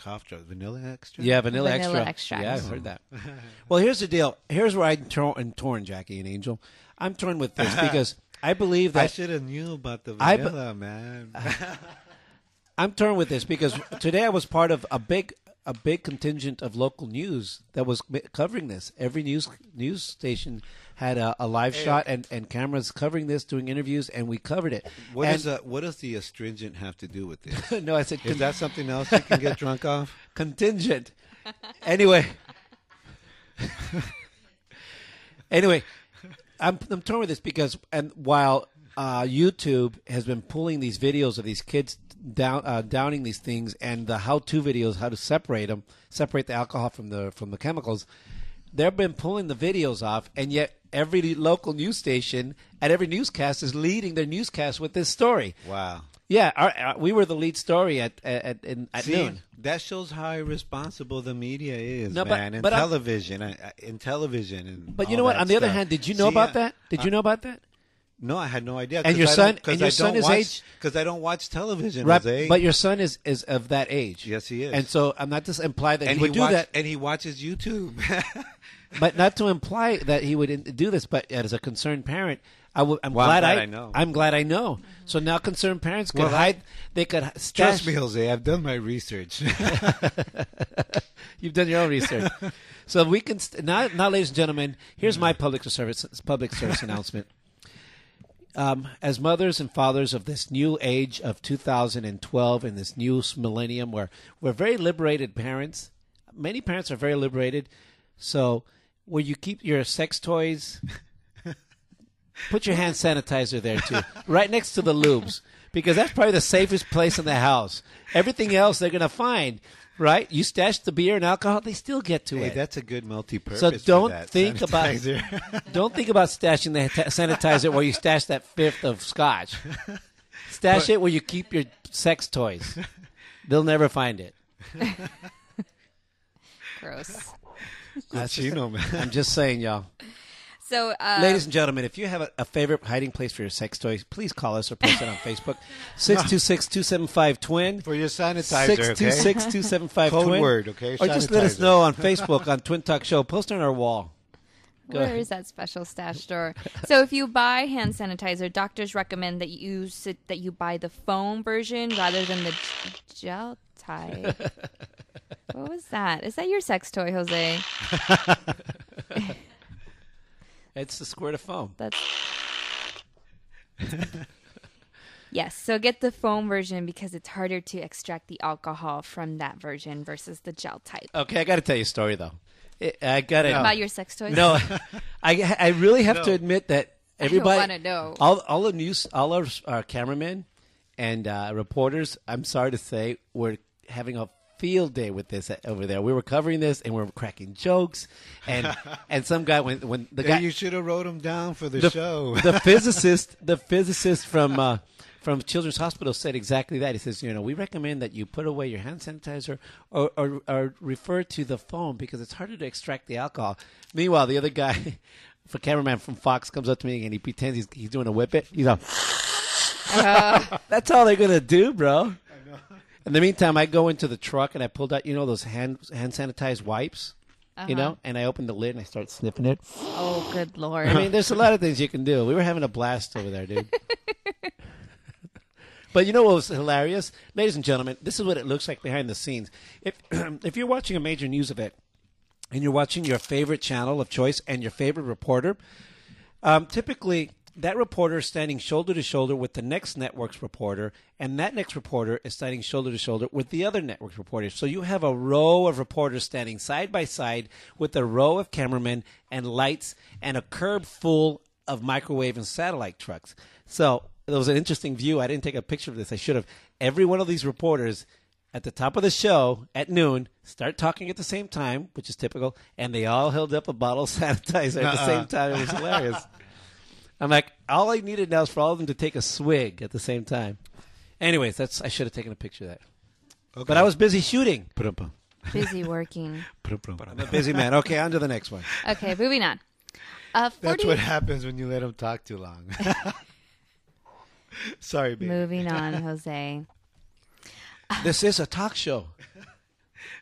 cough drops, vanilla extract. Yeah, vanilla, Vanilla extra. extract. Yeah, I've [laughs] heard that. well, here's the deal. Here's where I'm torn, I'm torn Jackie and Angel. I'm torn [laughs] with this because I believe I that should have knew about the I bu- vanilla, [laughs] man. I'm torn with this because today I was part of a big a big contingent of local news that was m- covering this. Every news news station had a, a live shot and, and cameras covering this, doing interviews, and we covered it. What and, does the what does the astringent have to do with this? [laughs] no, I said Is that something else you can [laughs] get drunk off? contingent. Anyway, anyway, I'm I'm torn with this because and while uh, YouTube has been pulling these videos of these kids down uh, downing these things and the how-to videos how to separate them, separate the alcohol from the from the chemicals. They've been pulling the videos off, and yet every local news station at every newscast is leading their newscast with this story. Wow. Yeah, our, our, we were the lead story at at at, in, at See, noon. That shows how irresponsible the media is, No, but- man. in but I'm- television, I, I- in television, and But you all know what? that On the other stuff. hand, did you know See, uh, about I- that? Did you know about that? No, I had no idea. And your son- and your son is age- because I don't watch television, Right, Jose. but your son is is of that age. Yes, he is. And so I'm not to imply that and he would do watch- that, and he watches YouTube. [laughs] but not to imply that he would in- do this. But as a concerned parent, I would. I'm Well, I'm glad, glad I, I know. I'm glad I know. So now concerned parents could Well, I- hide. they could h- stash. Trust me, Jose. I've done my [laughs] research. You've done your own [laughs] research. so we can st- now, now, ladies and gentlemen, here's my public service [laughs] public service announcement. Um, as mothers and fathers of this new age of 2012 and this new s- millennium, where we're very liberated parents, many parents are very liberated. So, where you keep your sex toys, put your hand sanitizer there too, right next to the lubes, because that's probably the safest place in the house. Everything else they're gonna find, right? You stash the beer and alcohol, they still get to hey, it. that's a good multi-purpose. So for don't that think about- [laughs] sanitizer. [laughs] Don't think about stashing the ta- sanitizer where you stash that fifth of scotch. Stash it where you keep your sex toys. They'll never find it. Gross. That's just- Chino, man. I'm just saying, y'all. So, uh, [laughs] Ladies and gentlemen, if you have a, a favorite hiding place for your sex toys, please call us or post it on [laughs] Facebook. 626 275 twin. for your sanitizer. Six two okay? six two seven five. Code word, okay? Or just let us Sanitizer. [laughs] know on Facebook on Twin Talk Show. Post on our wall. Where is that special stash store? So if you buy hand sanitizer, doctors recommend that you sit, that you buy the foam version rather than the g- gel type. [laughs] what was that? Is that your sex toy, Jose? It's the squirt of foam. That's Yes, so get the foam version because it's harder to extract the alcohol from that version versus the gel type. Okay, I got to tell you a story though. I- I got to About your sex toys? No, [laughs] I I really have to admit that everybody. wanna know. All all the news, all our, our cameramen and uh, reporters. I'm sorry to say, we're having a field day with this uh, over there. We were covering this and we are cracking jokes, and and some guy when when the Yeah, guy you should have wrote them down for the, the, show. [laughs] [laughs] the physicist, the physicist from uh, from Children's Hospital said exactly that. He says, you know, we recommend that you put away your hand sanitizer or, or, or refer to the foam because it's harder to extract the alcohol. Meanwhile, the other guy, [laughs] for cameraman from Fox, comes up to me and he pretends he's, he's doing a whip it. He's like, [laughs] that's all they're gonna do, bro. In the meantime, I go into the truck and I pulled out, you know, those hand hand sanitized wipes, you know, and I open the lid and I start sniffing it. Oh, good [laughs] lord. I mean, there's a lot of things you can do. We were having a blast over there, dude. [laughs] but you know what was hilarious, ladies and gentlemen? This is what it looks like behind the scenes. If [clears throat] if you're watching a major news event and you're watching your favorite channel of choice and your favorite reporter, um, typically that reporter is standing shoulder to shoulder with the next network's reporter, and that next reporter is standing shoulder to shoulder with the other network's reporter. So you have a row of reporters standing side by side with a row of cameramen and lights and a curb full of microwave and satellite trucks. So it was an interesting view. I didn't take a picture of this. I should have. Every one of these reporters at the top of the show at noon start talking at the same time, which is typical, and they all held up a bottle of [laughs] sanitizer at the same time. It was hilarious. I'm like, all I needed now is for all of them to take a swig at the same time. Anyways, that's I should have taken a picture of that. But I was busy shooting. Prum-pum, [laughs] Busy working. prum-pum, prum-pum. Busy man. Okay, on to the next one. Okay, moving on. Uh, 40, That's what happens when you let them talk too long. [laughs] Sorry, baby. Moving on, [laughs] Jose. This is a talk show.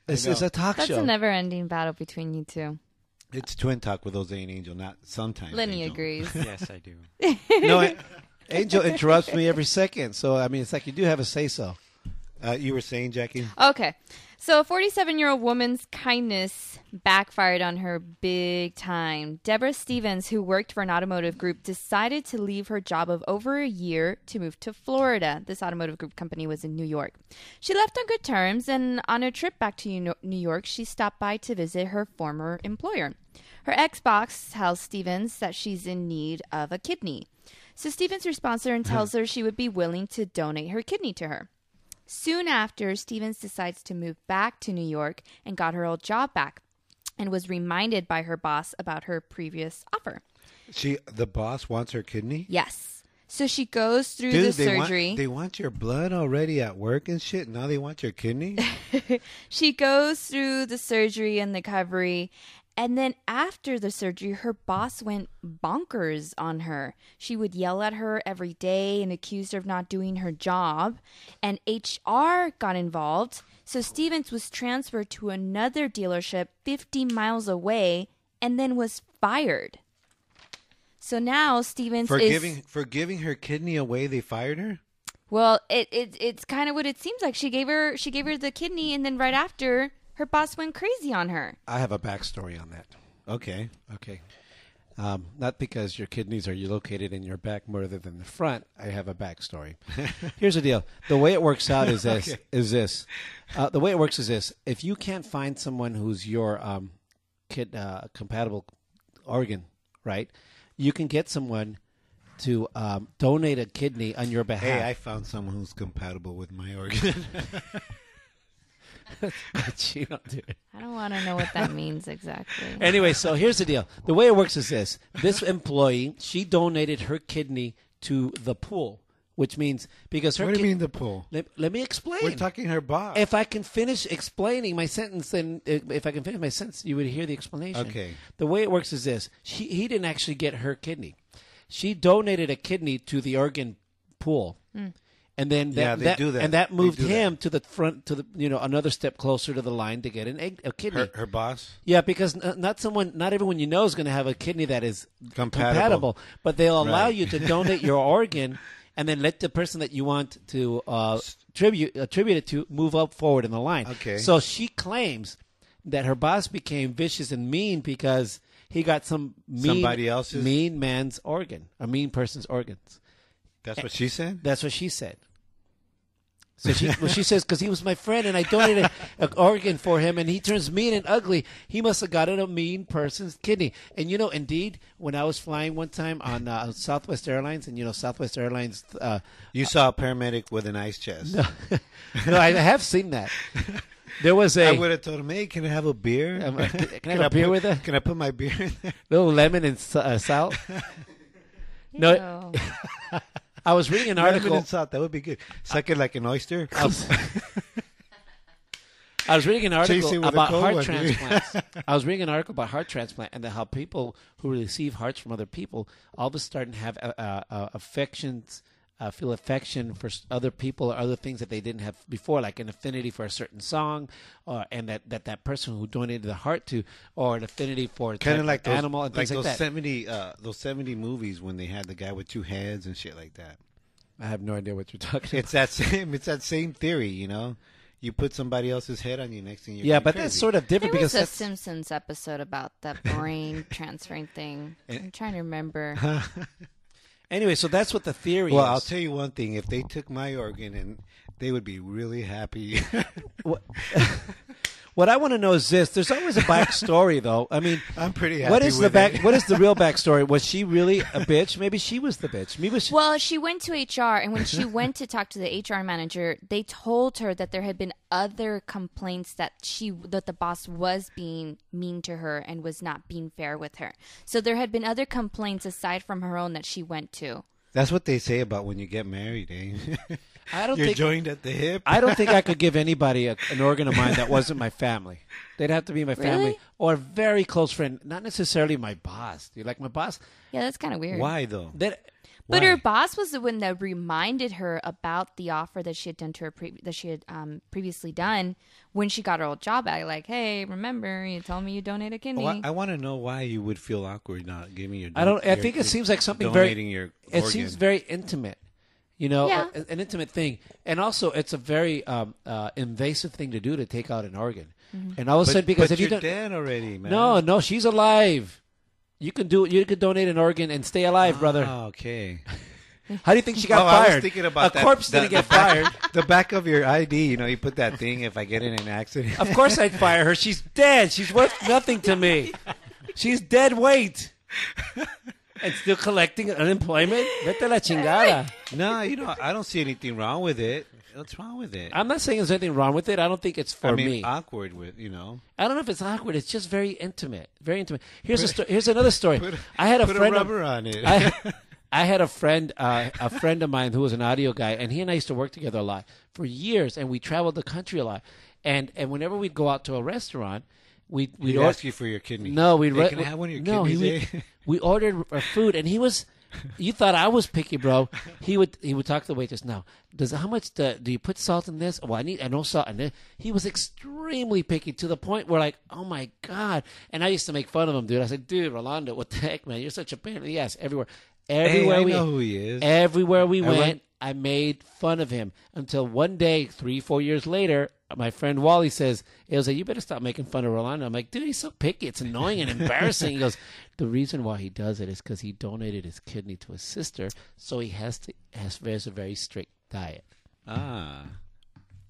This is a talk That's show. a never ending battle between you two. It's twin talk with Jose and Angel, not sometimes. Lenny Angel. [laughs] agrees. [laughs] yes, I do. no, A- Angel interrupts me every second, so I mean, it's like you do have a say so. Uh, you were saying, Jackie? Okay. So, a 47 year old woman's kindness backfired on her big time. Deborah Stevens, who worked for an automotive group, decided to leave her job of over a year to move to Florida. This automotive group company was in New York. She left on good terms, and on her trip back to New New York, she stopped by to visit her former employer. Her ex boss tells Stevens that she's in need of a kidney. So, Stevens responds to her and tells her she would be willing to donate her kidney to her. Soon after, Stevens decides to move back to New York and got her old job back. and was reminded by her boss about her previous offer. She, the boss, wants her kidney. Yes. So she goes through the they want- surgery. they want your blood already at work and shit. Now they want your [laughs] kidney. she goes through the surgery and the recovery. And then after the surgery, her boss went bonkers on her. She would yell at her every day and accuse her of not doing her job. And HR got involved. So Stevens was transferred to another dealership 50 miles away and then was fired. So now Stevens for is giving for giving her kidney away, they fired her. well, it, it it's kind of what it seems like. She gave her she gave her the kidney, and then right after, her boss went crazy on her. I have a backstory on that. Okay. Okay. Um, not because your kidneys are located in your back more than the front. I have [laughs] a backstory. Here's the deal: the way it works out is this: is this uh, the way it works is this? If you can't find someone who's your um, kid uh, compatible organ, right? You can get someone to um, donate a kidney on your behalf. [laughs] Hey, I found someone who's compatible with my organ. [laughs] But you don't do it. I don't want to know what that means exactly. Anyway, so here's the deal. The way it works is this: this employee she donated her kidney to the pool, which means because her. what do you kid- mean the pool? Let, let me explain. We're talking her boss. If I can finish explaining my sentence, then uh, if if I can finish my sentence, you would hear the explanation. Okay. The way it works is this: she he didn't actually get her kidney; she donated a kidney to the organ pool, and then that, Yeah, they do that. and that They moved do that. him to the front to the you know another step closer to the line to get an egg a kidney. her, her boss. Yeah, because n- not someone, not everyone you know is going to have a kidney that is compatible. Compatible. but they'll allow Right. [laughs] you to donate your organ, and then let the person that you want to uh, tribute attribute it to move up forward in the line. Okay. So she claims that her boss became vicious and mean because he got some mean, Somebody else's? mean man's organ, a mean person's organs. Eh. That's what she said. That's what she said. So she, well, she says, because he was my friend and I donated an organ for him and he turns mean and ugly. He must have gotten a mean person's kidney. And you know, indeed, when I was flying one time on uh, Southwest Airlines, and you know, Southwest Airlines, uh, [laughs] You saw a paramedic with an ice chest. no, I have seen that. There was a I would have told him, "Hey, can I have a beer? Um, [laughs] uh, can- can I have a beer put- with that?" Can I put my beer in there?" [laughs] little lemon and sa- uh, salt. [laughs] No, [laughs] So, I was reading an Lemon article. and salt. That would be good. Suck it like an oyster. I was, [laughs] I was reading an article Chase it with a about cold heart one, dude. [laughs] transplants. I was reading an article about heart transplant and how people who receive hearts from other people all of a sudden have uh, uh, uh, affections, uh, feel affection for s- other people or other things that they didn't have before, like an affinity for a certain song, or and that that, that person who donated the heart to, or an affinity for a Kind type of like those, animal and like things those like, that. seventy, uh, those seventy movies when they had the guy with two heads and shit like that. I have no idea what [laughs] you're talking. It's that same. It's that same theory, you know. You put somebody else's head on you. Next thing you Yeah, but that's sort of there different because was a that's, Simpsons episode about [laughs] that brain transferring thing. Eh. I'm trying to remember. anyway. So that's what the theory Well, is. I'll tell you one thing. If they took my organ, and they would be really happy. [laughs] What, what I want to know is this: There's always a backstory, though. I mean, [laughs] I'm pretty what happy is the with back? it. What is [laughs] the real backstory? Was she really a bitch? Maybe she was the bitch. Maybe she, Well, she went to HR, and [laughs] when she went to talk to the HR manager, they told her that there had been other complaints that she that the boss was being mean to her and was not being fair with her. So there had been other complaints aside from her own that she went to. that's what they say about when you get married, eh? I don't You're think. joined at the hip. I don't think I [laughs] could give anybody a, an organ of mine that wasn't my family. They'd have to be my family Really? or a very close friend, not necessarily my boss. You like my boss? Yeah, that's kind of weird. Why though? That But Why? her boss was the one that reminded her about the offer that she had done to her pre- that she had um, previously done when she got her old job back. Like, hey, remember you told me you donated a kidney. Well, Oh, I, want to know why you would feel awkward not giving your. I don't. I your- think it seems like something donating your. very. it organ. seems very intimate, you know, Yeah. a- an intimate thing, and also it's a very um, uh, invasive thing to do to take out an organ, Mm-hmm. and all of But, a sudden because but if you're you don't, dead already, man. no, no, she's alive. You can do. You could donate an organ and stay alive, brother. Oh, [laughs] okay. How do you think she got oh, fired? I was thinking about a that. corpse that- didn't get the back- fired. [laughs] The back of your ID, you know, you put that thing. If I get in an [laughs] accident, Of course, [laughs] I'd fire her. She's dead. She's worth nothing to me. She's dead weight. And still collecting unemployment? Vete a la chingada. no, you know, I don't see anything wrong with it. what's wrong with it? I'm not saying there's anything wrong with it. I don't think it's for I mean, me. awkward with you know. I don't know if it's awkward. It's just very intimate. Very intimate. Here's a sto- here's another story. I had a put friend a of- rubber on it. [laughs] I, I had a friend, uh, a friend of mine who was an audio guy, and he and I used to work together a lot for years, and we traveled the country a lot. And and whenever we'd go out to a restaurant, we we'd He'd or- ask you for your kidney. No, we'd Hey, re- can I have one of your no, kidneys? he- eh? [laughs] we, we ordered our food, and he was. You thought I was picky, bro. He would he would talk to the waitress. Now, does how much do, do you put salt in this? Well, I need I know salt in this. He was extremely picky to the point where like, oh my god! And I used to make fun of him, dude. I said, dude, Rolando, what the heck, man? You're such a pain in the ass everywhere. Everywhere I we know who he is. Everywhere we I went- went, I made fun of him until one day, three, four years later, my friend Wally says, "It was like you better stop making fun of Rolando." I'm like, "Dude, he's so picky. It's annoying and embarrassing." he goes, [laughs] "The reason why he does it is because he donated his kidney to his sister, so he has to has, has a very strict diet." Ah,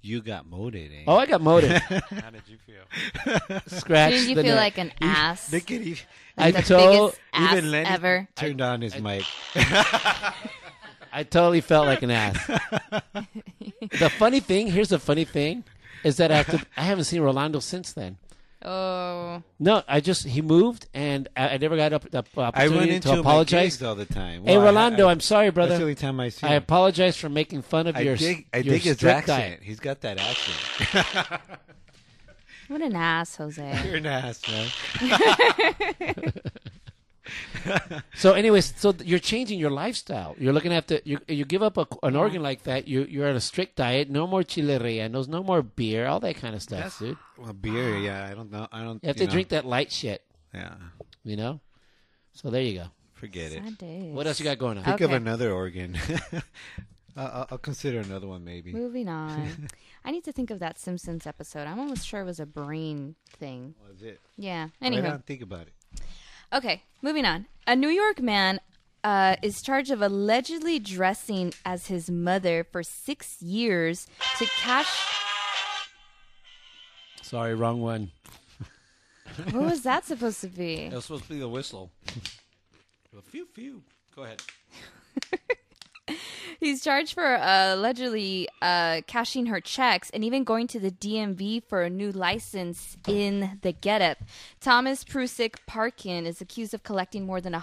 you got molded. Eh? Oh, I got motive. How did you feel? Scratch. Didn't you the feel ner- like an ass? Look at [laughs] he I the told. biggest ass e even Lenny ever. turned on his mic. I totally felt like an [laughs] ass. the funny thing here's the funny thing is that after I haven't seen Rolando since then. Oh, No, I just he moved, and I, I never got up the I opportunity run into to him at apologize. gigs all the time. hey, Well, I- Rolando, I, I, am sorry, brother. That's the only time I see I him. apologize for making fun of I your. dig, I your dig his strict accent. diet. He's got that accent. what an ass, Jose. [laughs] You're an ass, man. So, anyways, so th- you're changing your lifestyle. You're looking at the you. You give up a, an organ like that. You you're on a strict diet. No more chile rellenos. No more beer. All that kind of stuff, dude. Well, beer, yeah. I don't know. I don't. You have to know. drink that light shit. Yeah, You know. So there you go. forget it. Sad [laughs] days. What else you got going on? Okay. Think of another organ. [laughs] I- I'll, I'll consider another one maybe. [laughs] Moving on. I need to think of that Simpsons episode. I'm almost sure it was a brain thing. Was it? Yeah. Right Anyhow. on, think about it. Okay, moving on. A New York man uh, is charged of allegedly dressing as his mother for six years to cash. Sorry, wrong one. What was that supposed [laughs] to be? was supposed to be the whistle. Few, few. Go ahead. He's charged for uh, allegedly uh, cashing her checks and even going to the DMV for a new license in the getup. Thomas Prusik Parkin is accused of collecting more than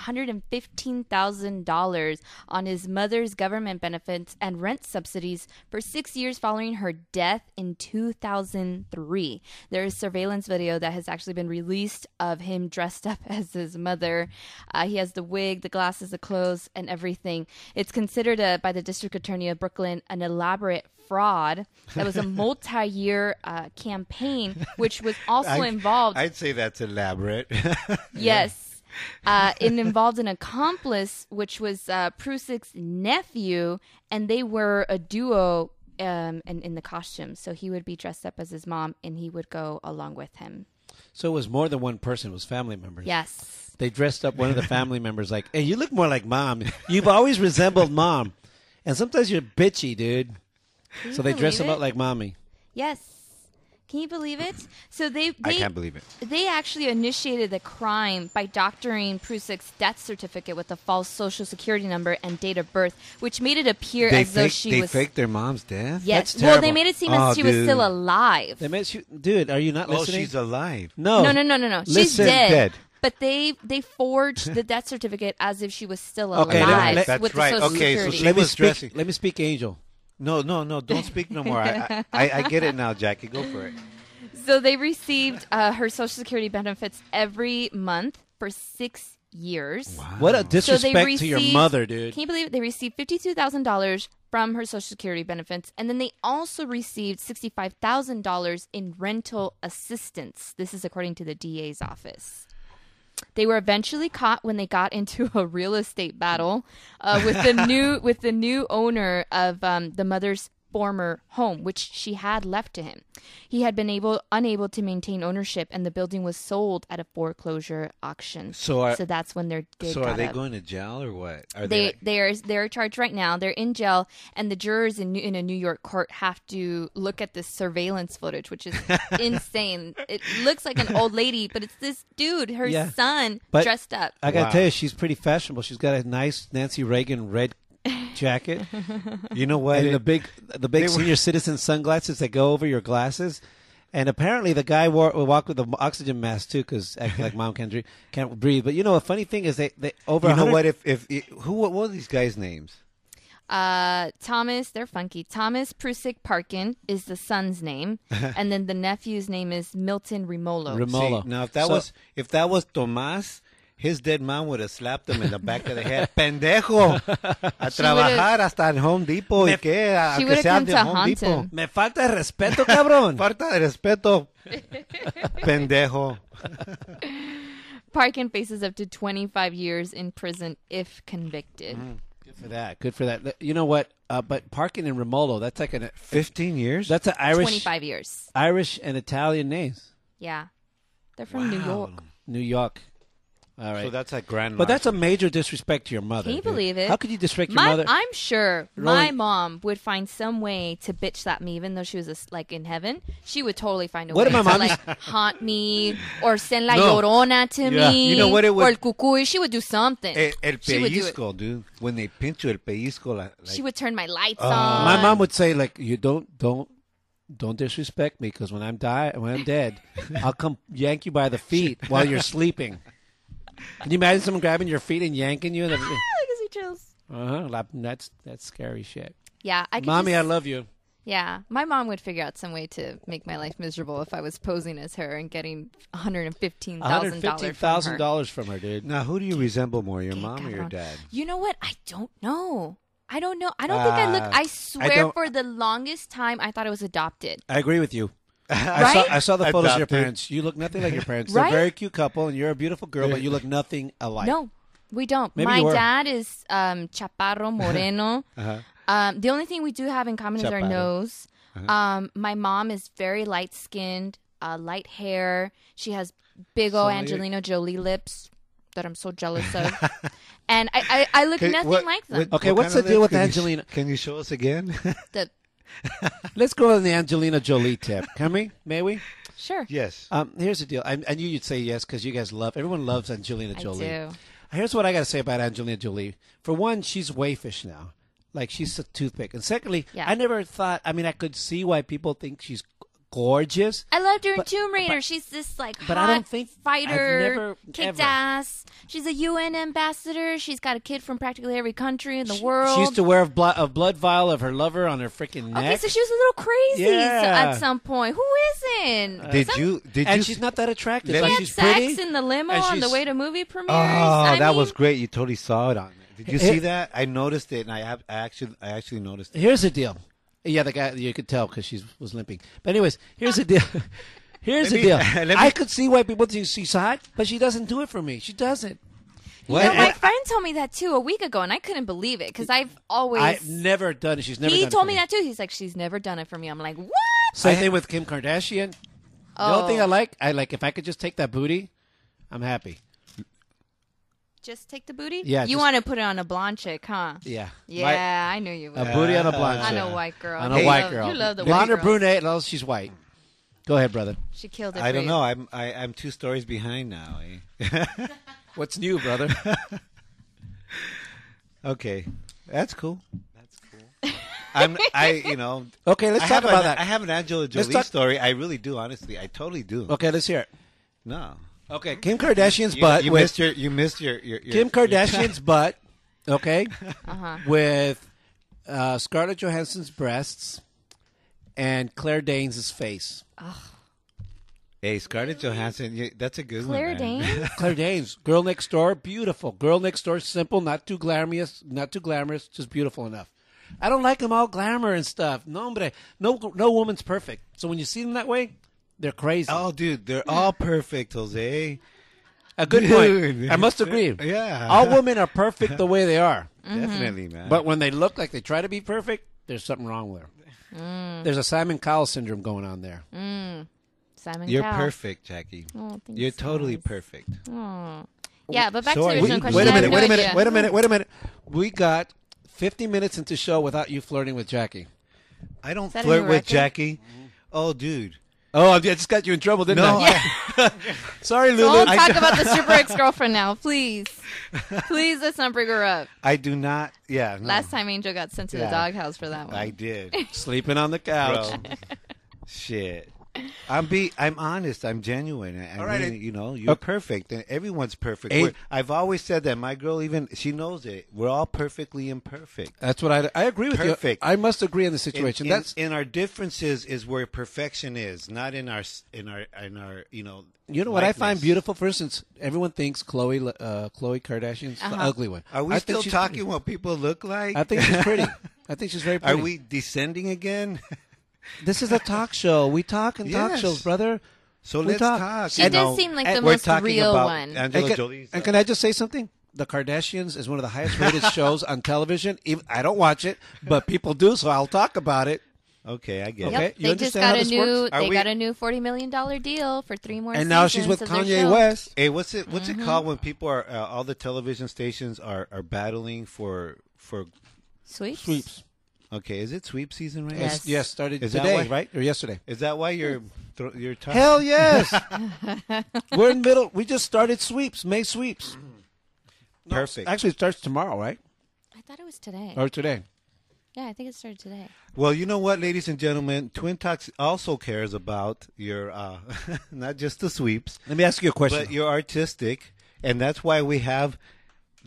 $115,000 on his mother's government benefits and rent subsidies for six years following her death in 2003. There is surveillance video that has actually been released of him dressed up [laughs] as his mother. Uh, he has the wig, the glasses, the clothes, and everything. It's considered a, by the district attorney of Brooklyn an elaborate fraud [laughs] that was a multi-year uh, campaign, which was also I- involved. I'd say that's elaborate. [laughs] yes. Uh, it involved an accomplice, which was uh, Prusik's nephew, and they were a duo um, in, in the costume. So he would be dressed up as his mom, and he would go along with him. So it was more than one person. It was family members. Yes. they dressed [laughs] up one of the family members like, "Hey, you look more like mom. You've always resembled mom, and sometimes you're bitchy, dude." Can you So they dress believe him up it? like mommy. Yes. Can you believe it? So they, they I can't believe it. They actually initiated the crime by doctoring Prusik's death certificate with a false social security number and date of birth, which made it appear They as though faked, she they was. faked their mom's death. yes. That's well, they terrible. made it seem Oh, as she was dude. still alive. They made you, dude. Are you not Oh, listening? she's alive. no, no, no, no, no, no. She's Oh, Listen- dead. Dead. But they they forged the death certificate as if she was still Okay, let- alive let- Oh, that's with right. the social Okay, so security. she Let me was speak. dressing- Let me speak, Angel. No, no, no. Don't speak no more. I, I, I- I get it now, Jackie. Go for it. So they received uh, her social security benefits every month for six years. What a So they disrespect received, to your mother, dude. Can you believe it? They received fifty-two thousand dollars from her Social Security benefits, and then they also received sixty-five thousand dollars in rental assistance. This is according to the DA's office. They were eventually caught when they got into a real estate battle uh, with the new with the new owner of um, the mother's former home, which she had left to him. He had been able unable to maintain ownership, and the building was sold at a foreclosure auction. So are- so that's when their gig So are got they up going to jail or what? Are they like- they are they're charged right now. They're in jail, and the jurors in New- in a New York court have to look at this surveillance [laughs] footage, which is insane. It looks like an old lady, but it's this dude, her Yeah. son, But dressed up. I gotta Wow. tell you, she's pretty fashionable. She's got a nice Nancy Reagan red [laughs] jacket You know what? and the big the big senior citizen sunglasses that go over your glasses. And apparently the guy wore walked with the oxygen mask too, because like mom can't breathe, can't breathe. But you know, a funny thing is they they over. you know 100 what? If if who what were these guys' names? Uh, Thomas, they're funky. Thomas Prusik Parkin is the [laughs] son's name, and then the nephew's name is Milton Remolo. Rem- See, Molo. now if that So- was if that was Tomas, his dead mom would have slapped him in the back of the head. [laughs] Pendejo, a trabajar hasta el Home Depot y que a she que would've sea come de to Home haunt Depot. him. Me falta respeto, cabrón. Falta de respeto, pendejo. Parkin faces up to 25 years in prison if convicted. [laughs] Good for that. Good for that. You know what? Uh, but Parkin and Remolo, that's like an Fifteen years. that's an Irish 25 years. Irish and Italian names. Yeah. They're from New York. New York. All right. so that's like grand. but that's a major disrespect to your mother. Can you dude. believe it? How could you disrespect your My, mother? I'm sure my Really? mom would find some way to bitch slap me, even though she was just, like in heaven. She would totally find a What way if my mom to [laughs] like haunt me or send la No. llorona to Yeah. me. You know what it Or would- el cucuy. She would do something. el, Eh, el she would do it. pellizco, dude. When they pinch you, el pellizco. Like, She would turn my lights on. Uh, My mom would say like, "You don't, don't, don't disrespect me because when I'm die, when I'm [laughs] dead, I'll come yank you by the feet while you're sleeping." Can you imagine someone grabbing your feet and yanking you? And everything? [laughs] Ah, gives me chills. Uh-huh, like, that's that's scary shit. Yeah, I could Mommy, just- I love you. Yeah, my mom would figure out some way to make my life miserable if I was posing as her and getting one hundred and fifteen One hundred thousand fifteen dollars. thousand dollars from her, dude. Now, who do you resemble more, your mom or your dad? You know what? I don't know. I don't know. I don't think I look. Uh, Ah, I I swear don't- for the longest time I thought I was adopted. I agree with you. [laughs] I Right? saw I saw the photos of Adopted. your parents. You look nothing like your parents. Right? They're a very cute couple, and you're a beautiful girl, but you look nothing alike. No, we don't. Maybe my you were. Uh-huh. dad is [laughs] um, Chaparro Moreno. um, the only thing we do have in common is our Chaparro. nose. Uh-huh. Um, my mom is very light skinned, uh, light hair. She has big old you're- Angelina Jolie lips that I'm so jealous [laughs] of. and I, I, I look Okay, nothing what- like them. what- Okay, what what's kind the of deal lips? with Can you sh- Angelina? Can you show us again? [laughs] The- Let's go on the Angelina Jolie tip, can we? May we? sure. yes. Um, here's the deal. I, I knew you'd say yes because you guys love. Everyone loves Angelina I Jolie. do. Here's what I got to say about Angelina Jolie. For one, she's waifish now, like she's a toothpick. And secondly, Yeah. I never thought. I mean, I could see why people think she's gorgeous. I loved her in But- Tomb Raider. but- She's this like hot but I don't think- fighter, I've never, kicked ever- ass. She's a UN ambassador. She's got a kid from practically every country in the world. She used to wear a blood, a blood vial of her lover on her freaking neck. Okay, so she was a little crazy Yeah. so- at some point. Who [laughs] isn't? did Some- you? Did you? and she's not that attractive. Let Like, me- Had she's sex pretty. in the limo and on the she's- way to movie premieres. Oh, I that mean, was great. You totally saw it on. Did you Hey- see that? I noticed it, and I, have, I actually, I actually noticed it. Here's the deal. Yeah, the guy you could tell because she was limping. But anyways, here's the deal. [laughs] Here's Let the me- deal. [laughs] let me- I could see why people think she's hot, but she doesn't do it for me. She doesn't. You Eh, know, And- my and friend told me that too a week ago, and I couldn't believe it because I've always. I've never done it. She's never. he done it told for me that too. He's like, she's never done it for me. I'm like, what? Same thing with Kim Kardashian. The Oh. only thing I like, I like if I could just take that booty, I'm happy. Just take the booty. Yeah, You just- want to put it on a blonde chick, huh? Yeah. Yeah, I knew you would. My- a booty on a blonde. on chick. a white girl. On a You white love- girl. you love the blonde white or girls. brunette? No, she's white. Go ahead, brother. She killed it. I for don't you. know. I'm, I, I'm two stories behind now. eh? What's new, brother? okay, that's cool. [laughs] That's cool. I'm, I, you know, [laughs] okay, let's I talk have about an, that. I have an Angela Jolie talk- story. I really do, honestly. I totally do. okay, let's hear it. No, Okay, Kim Kardashian's you, butt you with missed your, you missed your, your, your Kim your- Kardashian's butt, [laughs] [laughs] okay, Uh-huh. with uh, Scarlett Johansson's breasts and Claire Danes' face. Hey, Scarlett Johansson. You, that's a good Claire one. man. [laughs] Danes. Claire Danes, girl next door, beautiful. Girl next door, simple, not too glamorous, not too glamorous, just beautiful enough. I don't like them all glamour and stuff. No, hombre, no, no woman's perfect. So when you see them that way, they're crazy. [laughs] Oh, dude, they're all perfect, Jose. a good dude. [laughs] point. I must agree. Yeah. all women are perfect the way [laughs] they are. Mm-hmm. Definitely, man. But when they look like they try to be perfect, there's something wrong with her. There's a Simon Cowell syndrome going on there. Simon. You're Cowell. perfect, Jackie. thanks, You're totally perfect. Yeah, but back So to are the you. original Wait- question. Wait I a have minute, no wait a minute, idea. wait a minute, wait a minute. We got 50 minutes into show without you flirting with Jackie. I don't that a flirt new with record? Jackie. Oh, dude. Oh, I just got you in trouble, didn't No, I? [laughs] Sorry, Lulu. Don't talk about [laughs] the super ex girlfriend now, [laughs] please. Please, let's not bring her up. I do not. Yeah. no. Last time Angel got sent to the Yeah. doghouse for that one. I [laughs] did. Sleeping on the couch. Bro. [laughs] Shit. I'm be. I'm honest. I'm genuine. I, I All right, mean, it- you know, you're perfect, and everyone's perfect. Eight- We're- I've always said that. My girl, even she knows it. We're all perfectly imperfect. That's what I, I agree with Perfect. you. I must agree in the In- situation. in, That's in our differences is where perfection is, not in our s- in our in our you know. you know what I find likeness. beautiful. For instance, everyone thinks Chloe uh, Chloe Kardashian's the Uh-huh. ugly one. Are we I think still she's talking pretty. what people look like? I think [laughs] she's pretty. I think she's very Are pretty. we descending again? [laughs] This is a talk show. We talk in talk Yes. shows, brother. So We let's talk- talk. She you does know, seem like and the we're most talking real about one. And Angela can, Jolie's. and can I just say something? The Kardashians is one of the highest [laughs] rated shows on television. Even, I don't watch it, but people do, so I'll talk about it. uh, okay, I get Yep. it. Okay, Yep, you they just understand how got a this new. works? Are They we- got a new forty million dollar deal for three more. And now she's with seasons of their Kanye show. West. Hey, what's it? What's it Mm-hmm. called when people are uh, all the television stations are are battling for for? Sweeps. Okay, is it sweep season right Yes. now? Yes, started Is that today, why- right [laughs] or yesterday? Is that why you're thro- you're talking? Hell yes. [laughs] We're in middle. We just started sweeps, May sweeps. Perfect. Actually, it starts tomorrow, right? I thought it was today. Or today? yeah, I think it started today. Well, you know what, ladies and gentlemen, Twin Talks also cares about your uh, [laughs] not just the sweeps, Let me ask you a question. but your artistic, and that's why we have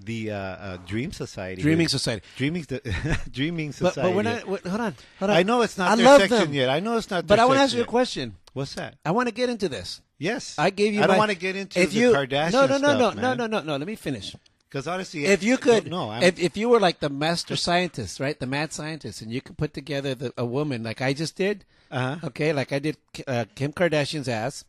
the uh, uh, Dream Society. Dreaming here. Society. Dreaming, the, [laughs] Dreaming but, Society. but we're not. Wait, hold on. Hold on. I know it's not I their love section them, yet. I know it's not. But their I want to section ask you a yet. question. What's that? I want to get into this. Yes, I gave you. I don't my- want to get into if the you, Kardashian No, no, no, stuff, no, no, man. no, no, no. Let me finish. Because honestly, If you could, no, I'm, if if you were like the master scientist, right, the mad scientist, and you could put together the, a woman like I just did, Uh-huh. okay, like I did uh, Kim Kardashian's ass,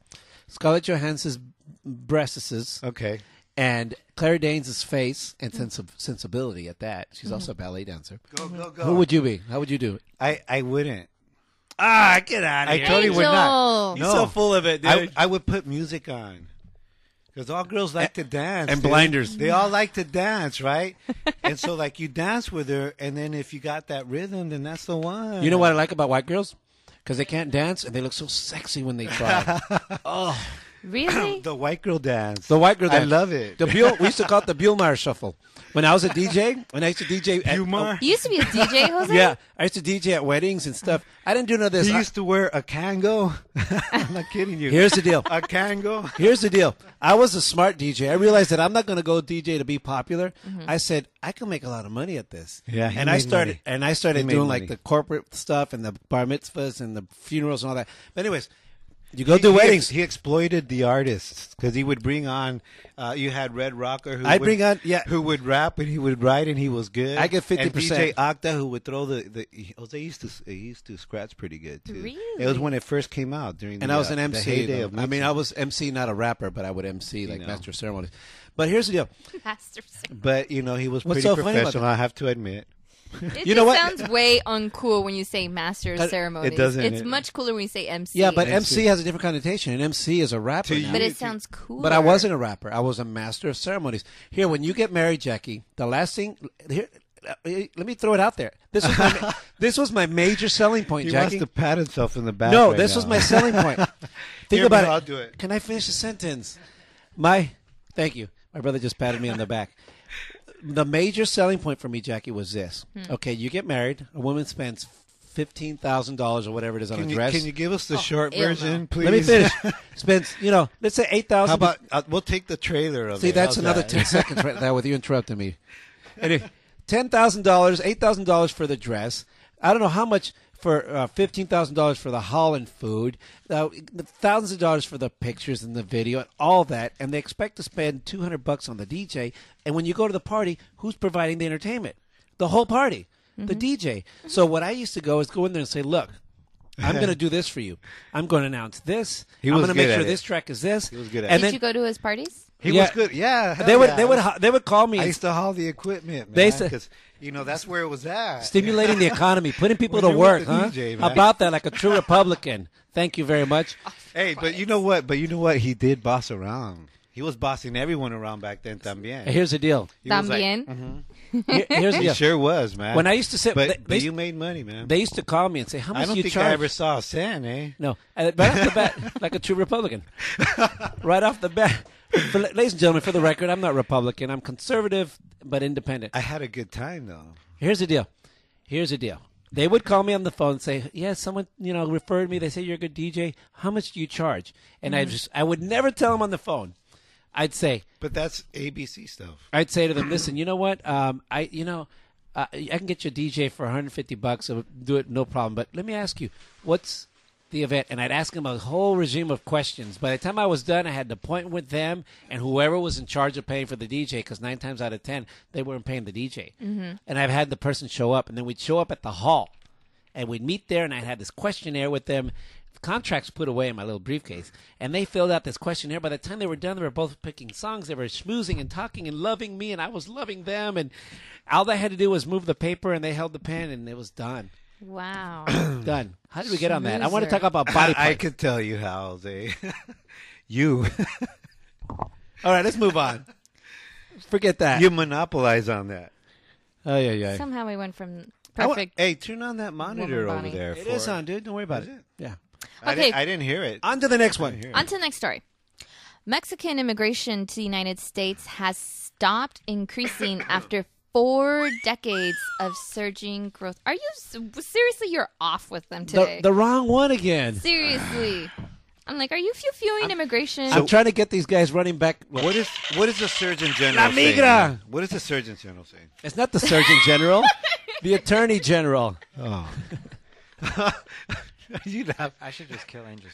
Scarlett Johansson's breasts, okay. and Claire Danes' face and sense of sensibility. At that, she's also a ballet dancer. Go go go. Who would you be? How would you do? I? I wouldn't. Ah, get out I totally would not. Angel! No. of it, I, I would put music on because all girls like to dance and dude. blinders. They all like to dance, right? [laughs] and so, like, you dance with her, and then if you got that rhythm, then that's the one. you know what I like about white girls? Because they can't dance and they look so sexy when they [laughs] try. [coughs] Really? The white girl dance. The white girl. I dance. love it. The Buell, we used to call it the Buellmeyer shuffle. When I was a DJ, when I used to DJ, at, Oh, Humor. you used to be a [laughs] DJ, Jose. yeah, I used to DJ at weddings and stuff. I didn't do none of this. He I- used to wear a kango. [laughs] I'm not kidding you. here's [laughs] the deal. a kango. Here's the deal. I was a smart DJ. I realized that I'm not going to go DJ to be popular. I said I can make a lot of money at this. Yeah, he and I made started money. and I started He made doing money. like the corporate stuff and the bar mitzvahs and the funerals and all that. But anyways, you go do He- he weddings. ex- He, exploited the artists because he would bring on. Uh, you had Red Rocker. Who I'd would, bring on- yeah. Who would rap and he would write and he was good. I get And DJ 50%. Octa who would throw the, the he- Jose used to he used to scratch pretty good too. It was Really? when it first came out during. and the, I uh, was an the MC. heyday though. of I mean, Mixer. I was MC, not a rapper, but I would MC like know. master of ceremonies. But here's the deal. Pastor Sam. But you know he was What's pretty so funny about professional. that? I have to admit. It You just know what? sounds way uncool when you say master of It- it ceremonies. doesn't, It's it- much cooler when you say MC. Yeah, but MC. MC. has a different connotation. An MC is a rapper. To now. but it sounds cool. But I wasn't a rapper. I was a master of ceremonies. Here, when you get married, Jackie, the last thing here, uh, let me throw it out there. This was [laughs] my, this was my major selling point, He Jackie. wants to pat himself in the back. no, right this now. was my [laughs] selling point. Think Here, about it. I'll do it. Can I finish the sentence? My, thank you. My brother just patted me on the back. The major selling point for me, Jackie, was this. Okay, you get married. A woman spends fifteen thousand dollars or whatever it is on Can a you, dress. can you give us the short ew, no. version, please? Let me [laughs] finish. Spends, you know, let's say eight thousand. How about uh, [laughs] we'll take the trailer of See, it. that's How's another that? ten seconds right there with you interrupting me. Anyway, ten thousand dollars, eight thousand dollars for the dress. I don't know how much for uh, fifteen thousand dollars for the hall and food. Uh, the thousands of dollars for the pictures and the video and all that, and they expect to spend two hundred bucks on the DJ. And when you go to the party, who's providing the entertainment? The whole party, the DJ. So what I used to go is go in there and say, look. [laughs] I'm going to do this for you. I'm going to announce this. He I'm was going to make good at sure it. this track is this. He was good at and Did then, you go to his parties? He Yeah. was good. Yeah, hell they would yeah. they would they would call me I and used to haul the equipment, man. They used to- 'cause, you know that's where it was at. stimulating the economy, putting people When you're to with work, the huh? DJ, How man. about that, like a true [laughs] Republican. Thank you very much. hey, but you know what? But you know what? He did boss around. He He was bossing everyone around back then. También. Here's the deal. He was like- También. mm-hmm. Here- Here's the he deal. sure was, man. When I used to sit, but, they, but they, you made money, man. they used to call me and say, "How much I don't do you think charge?" I ever saw San, eh? No, Uh, right off the [laughs] bat, like a true Republican. right off the bat, for, ladies and gentlemen, for the record, I'm not Republican. I'm conservative but independent. I had a good time though. Here's the deal. Here's the deal. They would call me on the phone and say, "Yes, someone you know referred me. They say you're a good DJ. How much do you charge?" And I just I would never tell them on the phone. I'd say But that's ABC stuff. I'd say to them, "Listen, you know what? Um, I you know." Uh, I can get you a DJ for 150 bucks. So do it, no problem. But let me ask you, what's the event? And I'd ask them a whole regime of questions. By the time I was done, I had an appointment with them and whoever was in charge of paying for the DJ. Because nine times out of ten, they weren't paying the DJ. And I've had the person show up, and then we'd show up at the hall, and we'd meet there and I had this questionnaire with them. Contracts put away in my little briefcase, and they filled out this questionnaire. By the time they were done, they were both picking songs. They were schmoozing and talking and loving me, and I was loving them. And all they had to do was move the paper, and they held the pen, and it was done. [coughs] Wow. Done. How did we get on that? I want to Schmoozer. talk about body I, I [laughs] parts. could tell you how they. [laughs] you All right, let's move on. Forget that. you monopolize on that. oh yeah, yeah. Somehow we went from I wa- perfect. hey, turn on that monitor Woman over Bonnie. there. It for- is on, dude. Don't worry about it. Yeah. I, Okay. didn't, I didn't hear it. On to the next one. On to the next story. Mexican immigration to the United States has stopped [coughs] increasing after four decades of surging growth. Are you s- seriously? You're off with them The, today. the wrong one again. seriously, I'm like, are you few fewing immigration? I'm trying to get these guys running back. What is what is the Surgeon General La saying? migra. What is the Surgeon General saying? [laughs] It's not the Surgeon General, the Attorney General. you laugh. I should just kill Angel's.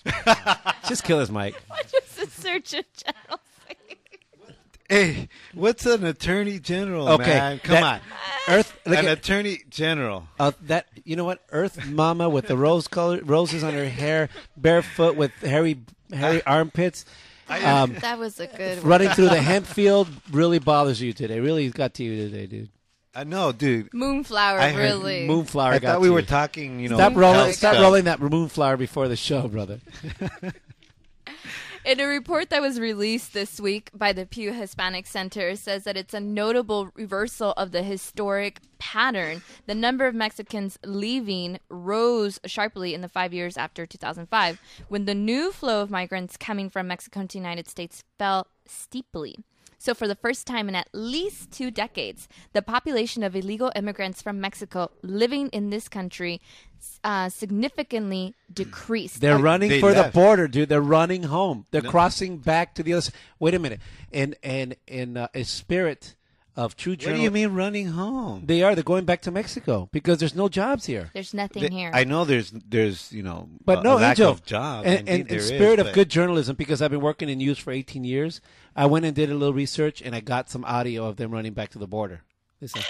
Just kill his mic. What is the Surgeon General saying? Hey, what's an Attorney General? Okay, man? come that- on, Earth, look an at Attorney General. uh, that. You know what? Earth Mama with the rose color roses on her hair, barefoot with hairy hairy armpits, um, That was a good one. running through the hemp field really bothers you today. Really got to you today, dude. I know, dude. Moonflower, I heard really. Moonflower. I got thought we to were you. talking. You know, Stop rolling! health Stop stuff. rolling that moonflower before the show, brother. In a report that was released this week by the Pew Hispanic Center it says that it's a notable reversal of the historic pattern. The number of Mexicans leaving rose sharply in the 5 years after 2005 when the new flow of migrants coming from Mexico to the United States fell steeply. So, for the first time in at least two decades, the population of illegal immigrants from Mexico living in this country uh, significantly decreased. They're Uh, running They for left. the border, dude. They're running home. They're crossing back to the other. s- Wait a minute. And and in uh, a spirit of true What journalism, do you mean running home? They are. They're going back to Mexico because there's no jobs here. There's nothing Th- here. I know there's there's you know But a- no, a lack Angel, of jobs and, Indeed and, there and is, spirit of but- good journalism because I've been working in news for 18 years. I went and did a little research and I got some audio of them running back to the border. Listen.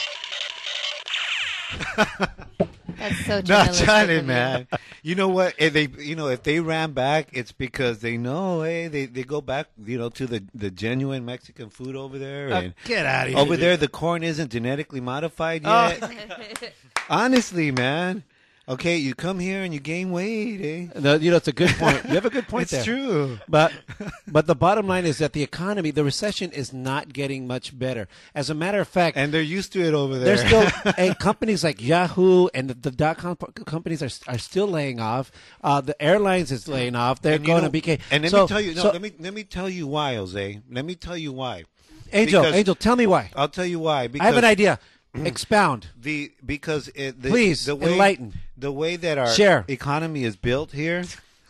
That's so [laughs] Not journalistic Johnny, of you. man. You know what? If they, you know, if they ran back, it's because they know, hey, they, they go back, you know, to the, the genuine Mexican food over there, and Uh, Get out of here. Oh. over there the corn isn't genetically modified yet. [laughs] Honestly, man. Okay, you come here and you gain weight. Eh? No, you know, it's a good point. You have a [laughs] good point It's there. true. But but the bottom line is that the economy, the recession is not getting much better. As a matter of fact, And they're used to it over there. There's [laughs] still and companies like Yahoo and the, the dot com p- companies are are still laying off. Uh, the airlines is laying off. They're And you going know- to BK. And let so, me tell you, no, so- let me let me tell you why, Jose. Let me tell you why. Angel, because- Angel, tell me why. I'll tell you why. Because I have an [clears throat] idea. Expound. the because it, the, Please, the way, enlighten. the way that our Share. economy is built here.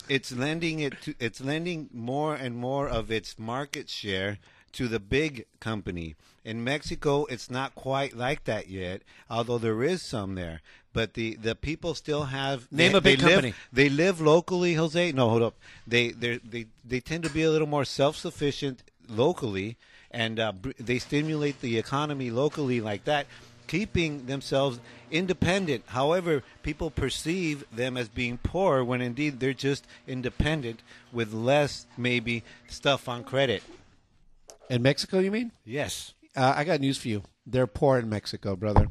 It's lending it to, it's lending more and more of its market share to the big company. In Mexico, it's not quite like that yet, although there is some there. But the, the people still have Name they- a big they live- company. they live locally, Jose. No, hold up. They they they they tend to be a little more self-sufficient locally, and uh, br- they stimulate the economy locally like that, keeping themselves independent. However, people perceive them as being poor when indeed they're just independent with less maybe stuff on credit. In Mexico, you mean? Yes. Uh, I got news for you. They're poor in Mexico, brother.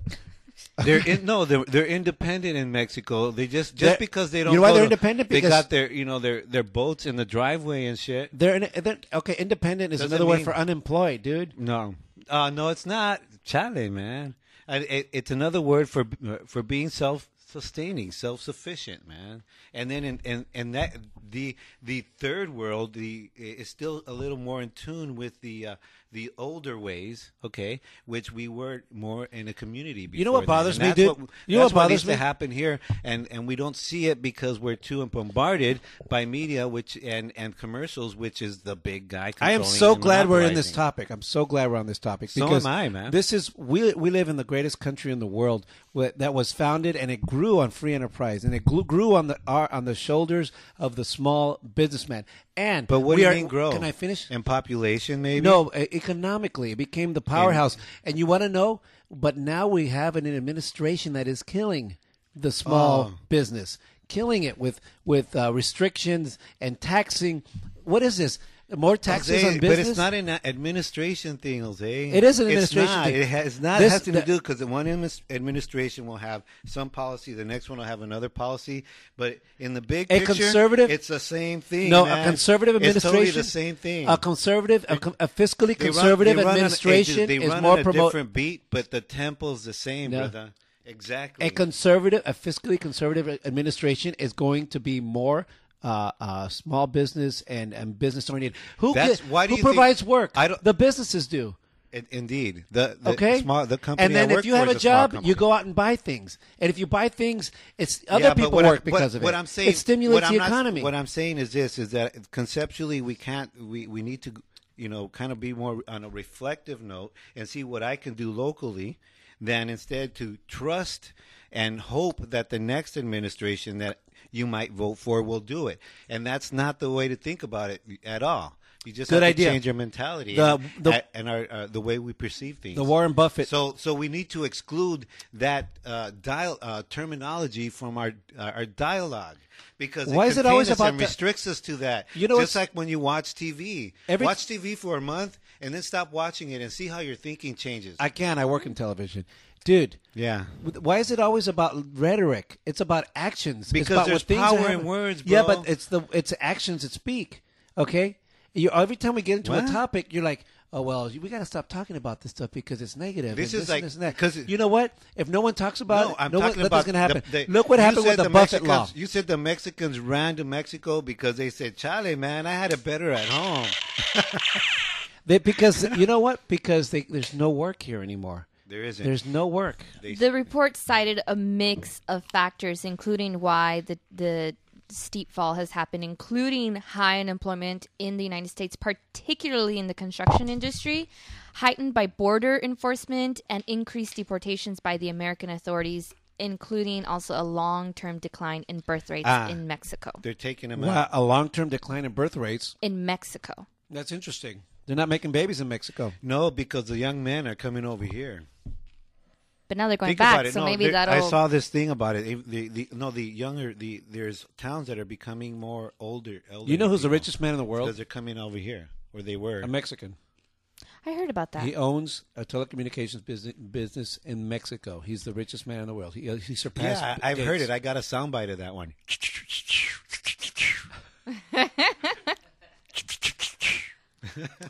They're in, no, they're they're independent in Mexico. They just just They're- because they you don't. know why go they're to- independent? They Because- got their you know their their boats in the driveway and shit. They're, in, they're okay. Independent is Doesn't another word mean- for unemployed, dude. No, uh, no, it's not chale, man. I, it, it's another word for for being self sustaining, self sufficient, man. And then in, and and that the the third world the is still a little more in tune with the uh, the older ways, okay, which we were more in a community. Before You know what then. bothers And me, that's dude? What, You know that's what bothers needs me? to happen here, and and we don't see it because we're too bombarded by media, which and and commercials, which is the big guy. I am controlling so and glad we're in this monopolizing. topic. I'm so glad we're on this topic. So am because I, man. This is we we live in the greatest country in the world wh- that was founded and it grew on free enterprise and it grew, grew on the uh, on the shoulders of the small businessman. And But what we do you are- mean grow? Can I finish? And population, maybe? No, e- economically, it became the powerhouse. And you want to know? But now we have an administration that is killing the Oh. small business, killing it with with uh, restrictions and taxing. What is this? More taxes Jose, on business? But it's not an administration thing, Jose. It is an It's administration not. thing. It has not This- has to the- do because one admis- administration will have some policy, the next one will have another policy. But in the big A picture, conservative- it's the same thing. no, man. a conservative administration. It's totally the same thing. A conservative, a, com- a fiscally They run- conservative they run on- administration they is run more on a promoting. different beat, but the tempo's the same, No. brother. Exactly. A conservative, a fiscally conservative administration is going to be more uh, uh, small business and, and business oriented. Who That's- gi- why do who you think- provides work? I don't- the businesses do. In- Indeed. The, the Okay, Small, the company and then I work if you for have is a small job, company. you go out and buy things. And if you buy things, it's other Yeah, but people what I- work because what, of it. What I'm saying, it stimulates what I'm the not- economy. what I'm saying is this: is that conceptually we can't. We we need to, you know, kind of be more on a reflective note and see what I can do locally, than instead to trust and hope that the next administration that you might vote for will do it. And that's not the way to think about it at all. You just Good have idea. to change your mentality The- and, the- and our, uh, the way we perceive things. the Warren Buffett. So, so we need to exclude that uh, dial uh, terminology from our uh, our dialogue because Why it is it always contains us about and the- restricts us to that. You know, just it's- like when you watch TV, Every- watch TV for a month and then stop watching it and see how your thinking changes. I can. I work in television, dude. yeah, Why is it always about rhetoric? It's about actions. Because it's about there's what things power are in happening. words, Yeah, bro. but it's the it's actions that speak. Okay, you, every time we get into a What? topic, you're like, oh well, we got to stop talking about this stuff because it's negative. This and is this and like- this and that. because it- you know what? If no one talks about no, it, I'm no talking one, about nothing's gonna happen. the- the- Look what you happened said with the, the Buffett Mexicans- law. You said the Mexicans ran to Mexico because they said, "Charlie, man, I had it better at home." They, because [laughs] you know what? Because they, there's no work here anymore. There isn't. There's no work. The report cited a mix of factors, including why the the steep fall has happened, including high unemployment in the United States, particularly in the construction industry, heightened by border enforcement and increased deportations by the American authorities, including also a long term decline in birth rates Ah. in Mexico. They're taking them out. Wow, a long-term decline in birth rates. In Mexico. That's interesting. They're not making babies in Mexico. No, because the young men are coming over here. But now they're going Think back, about it. so no, maybe there- that'll I saw this thing about it. If The, the, no, the younger the there's towns that are becoming more older. elderly You know who's the people richest man in the Because world? they're coming over here, or they were. A Mexican. I heard about that. He owns a telecommunications business, business in Mexico. He's the richest man in the world. He, uh, he surpassed. yeah, I- I've Gates. heard it. I got a soundbite of that one.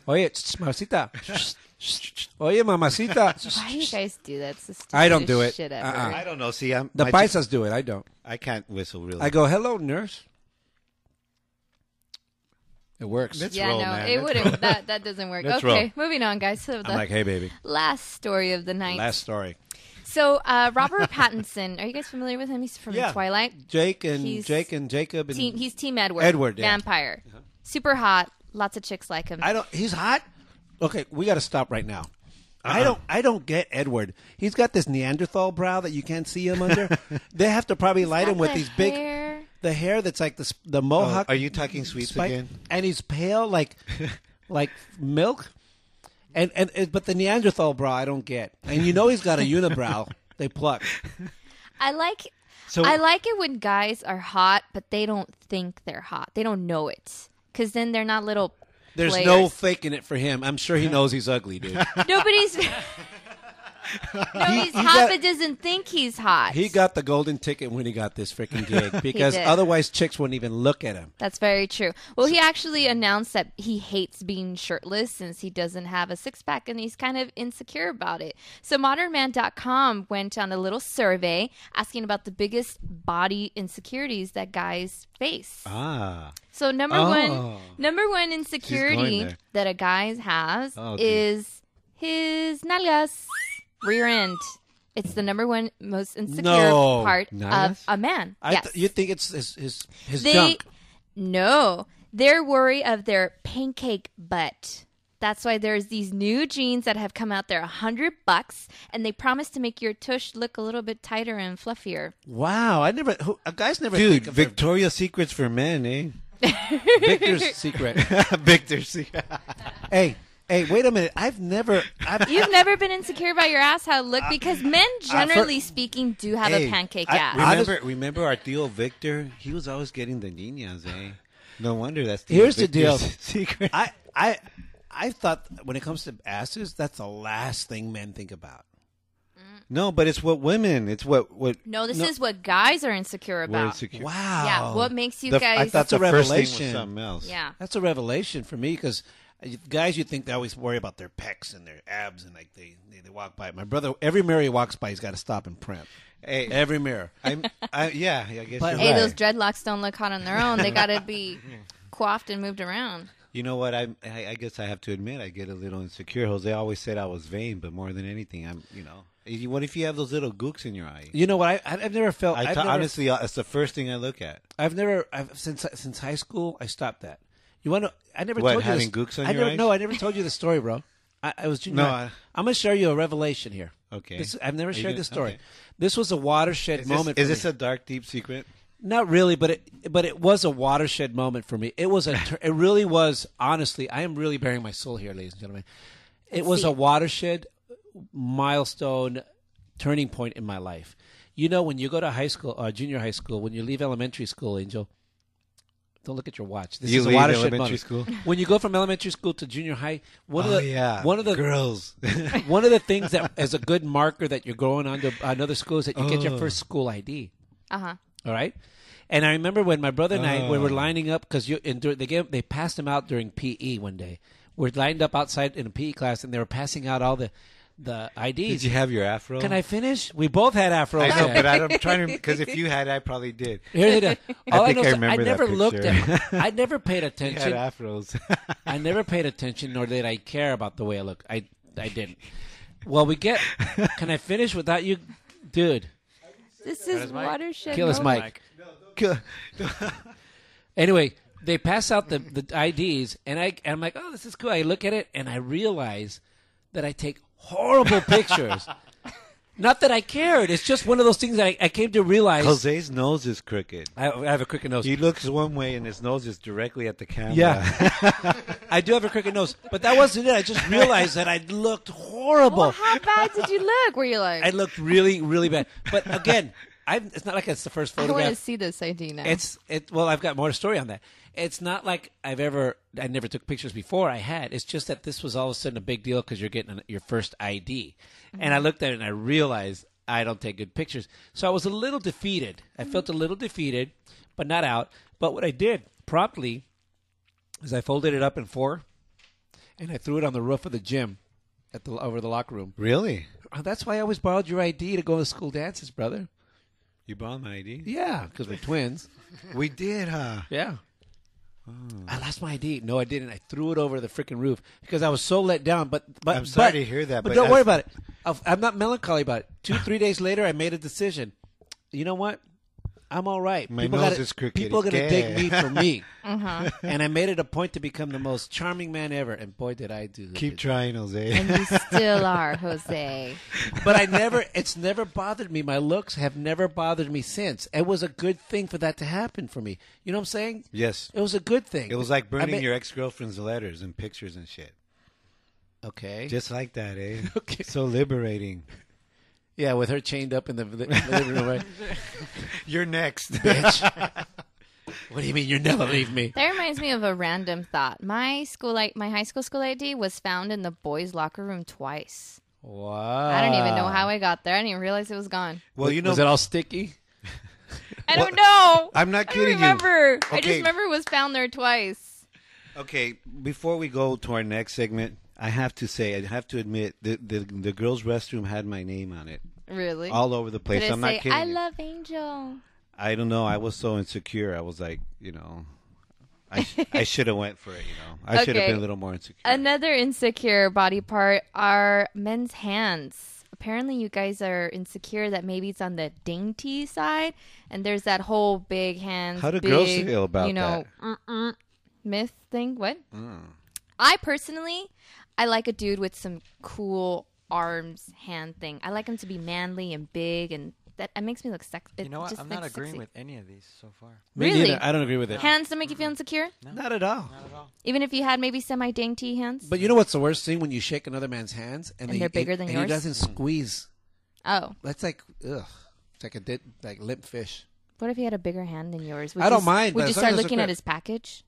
Oye, tss, mamacita. [laughs] Shh, shh. Oye, [laughs] mamacita. Why do you guys do that? It's the I don't do stupidest it. Shit ever. Uh-uh. I don't know. See, I'm The my- paisas do it. I don't. I can't whistle really. I go, hello, nurse. It works. That's- Let's yeah, roll, no, man. it Let's wouldn't. that that doesn't work. Let's okay, roll. moving on, guys. So the I'm like, hey, baby. last story of the night. Last story. So uh, Robert Pattinson, are you guys familiar with him? He's from Yeah. Twilight. Jake and He's- Jake and Jacob and Team, he's Team Edward. Edward, yeah. Uh-huh. vampire, super hot. Lots of chicks like him. I don't. He's hot. Okay, we got to stop right now. Uh-uh. I don't. I don't get Edward. He's got this Neanderthal brow that you can't see him under. [laughs] they have to probably light got him with the these hair. big, the hair that's like the s- the mohawk. Oh, are you talking sweets spike, again? And he's pale [laughs] like like milk. And and and- but the Neanderthal brow I don't get. And you know he's got [laughs] a unibrow. they pluck. I like. So- I like it when guys are hot, but they don't think they're hot. They don't know it, because then they're not little. There's [laughs] [laughs] players. no faking it for him. I'm sure he knows he's ugly, dude. [laughs] Nobody's. No, he's he hot, got- but doesn't think he's hot. He got the golden ticket when he got this freaking [laughs] gig because did. otherwise chicks wouldn't even look at him. That's very true. Well, he actually announced that he hates being shirtless since he doesn't have a six pack and he's kind of insecure about it. So, modernman.com went on a little survey asking about the biggest body insecurities that guys face. Ah, So, number Oh. one, number one insecurity there. that a guy has Oh, dude. is his nalgas, rear end. It's the number one most insecure No. part Nalgas? of a man. I yes th- you think it's his his, his they junk? no they're worried of their pancake butt that's why there's these new jeans that have come out there a hundred bucks and they promise to make your tush look a little bit tighter and fluffier Wow, I never. Who, a guy's never dude, think of their- [laughs] Victoria's Secrets for men, eh? Victor's secret. [laughs] Victor's Secret. hey, hey, wait a minute. I've never. I've, you've never been insecure about your ass how it look because men generally speaking do have Uh, Hey, a pancake I- ass Remember, remember our Theo Victor? He was always getting the niñas, eh? No wonder that's Theo Here's the Victor's deal. [laughs] secret. I, I, I thought when it comes to asses, that's the last thing men think about. [laughs] Mm. No, but it's what women. It's what what no this is what guys are insecure we're about insecure. Oh. Wow. yeah what makes you The- I guys thought the That's a first thing was revelation. something else. yeah That's a revelation for me because guys, you think they always worry about their pecs and their abs and like they, they, they walk by. My brother, every mirror he walks by, he's got to stop and primp. Hey, Every mirror. I'm, I, yeah, I guess. But- you're hey right. those dreadlocks don't look hot on their own they gotta [laughs] be coiffed and moved around You know what? I'm, I, I guess I have to admit I get a little insecure. Jose always said I was vain, but more than anything, I'm. You know, You- what if you have those little gooks in your eye? You know what? I, I've never felt. I I've t- never, honestly, uh, it's the first thing I look at. I've never. I've since since high school, I stopped that. You want to? I never What, told you having this. gooks on I your never, eyes? No, I never told you the story, bro. I, I was junior. No, high. I- I'm gonna share you a revelation here. Okay. This- I've never Are you shared gonna- this story. okay. This was a watershed Is moment. this, for is this me. a dark, deep secret? Not really, but it but it was a watershed moment for me. It [laughs] was a tur- it really was honestly. I am really bearing my soul here, ladies and gentlemen. It was see a it. watershed milestone turning point in my life. You know, when you go to high school, uh, junior high school, when you leave elementary school, Angel, don't look at your watch. This You is a leave watershed elementary moment. school? When you go from elementary school to junior high, one oh of the yeah, one of [laughs] the girls. one of the things that is a good marker that you're going on to uh, another school is that you get your Oh. first school ID. uh-huh All right. And I remember when my brother and I when we Oh. were lining up because you and dur- they gave, they passed them out during PE one day. We're lined up outside in a PE class, and they were passing out all the the Did IDs. you have your afro? Can I finish? We both had afros. I know, then. but I'm trying to because if you had, I probably [laughs] did. Here's the deal. All [laughs] I, think know I is remember that never looked picture. at. I never [laughs] paid You had attention. afros. [laughs] I never paid attention, nor did I care about the way I looked. I I didn't. Well, we get. Can I finish without you, dude? this is watershed Kill us, moment. Mike. Anyway, they pass out the, the IDs, and I and I'm like, oh, this is cool. I look at it, and I realize that I take [laughs] horrible pictures. Not that I cared. It's just one of those things that I, I came to realize. Jose's nose is crooked. I, I have a crooked nose. He looks one way and his nose is directly at the camera. Yeah. [laughs] I do have a crooked nose, but that wasn't it. I just realized that I looked horrible. Well, how bad did you look? Were you like, I looked really, really bad. But again, I've, it's not like it's the first I want to photograph. see this ID now. It's it. Well, I've got more story on that. It's not like I've ever. I never took pictures before. I had. It's just that this was all of a sudden a big deal because you're getting an, your first ID, and I looked at it and I realized I don't take good pictures. So I was a little defeated. I felt a little defeated, but not out. But what I did promptly is I folded it up in four, and I threw it on the roof of the gym, at the over the locker room. Really? Oh, that's why I always borrowed your ID to go to school dances, brother. You bought my ID? Yeah, because we're twins. We did, huh? Yeah. I lost my ID. No, I didn't. I threw it over the freaking roof because I was so let down. But but I'm sorry but- to hear that, But, but don't that's- worry about it. I'll, I'm not melancholy about it. Two three days later, I made a decision. You know what? I'm all right. My people nose gotta, is crooked People are gonna dig again. me [laughs] for me. Uh-huh. And I made it a point to become the most charming man ever. And boy, did I do! Keep trying, Jose. and you still are, Jose. but I never. It's never bothered me. My looks have never bothered me since. It was a good thing for that to happen for me. You know what I'm saying? [laughs] yes. It was a good thing. It was like burning I mean- your ex girlfriend's letters and pictures and shit. Okay. Just like that, eh? [laughs] Okay. So liberating. Yeah, with her chained up in the li- living room, right? You're [laughs] next. Bitch. [laughs] What do you mean you never leave me? That reminds me of a random thought. My school, I- my high school school ID was found in the boys' locker room twice. Wow. I don't even Ah. know how I got there. I didn't even realize it was gone. Well, you know, was it all sticky? I don't know. I'm not I don't kidding you. remember. I Okay. just remember it was found there twice. Okay, before we go to our next segment, I have to say, I have to admit, the the, the girls' restroom had my name on it Really? all over the place. Did it I'm say, not kidding. I you. love Angel. I don't know. I was so insecure. I was like, you know, I sh- [laughs] I should have went for it. You know, I should have Okay. been a little more insecure. Another insecure body part are men's hands. Apparently, you guys are insecure that maybe it's on the dainty side, and there's that whole big hands. How do big, girls feel about Mm. you know, Mm-mm, myth thing? What? I personally, I like a dude with some cool arms, hand thing. I like him to be manly and big, and that it makes me look sexy. You know what? I'm not agreeing with any of these so far. Me Really? neither. I don't agree with it. hands. Don't make you feel insecure, Not at all. even if you had maybe semi dainty hands. But you know what's the worst thing when you shake another man's hands and, And they- they're bigger than and yours? He doesn't squeeze. oh, That's like ugh. It's like a dip, like limp fish. What if he had a bigger hand than yours? Would I you don't s- mind, Would but you as long start as it's looking gra- at his [laughs] package?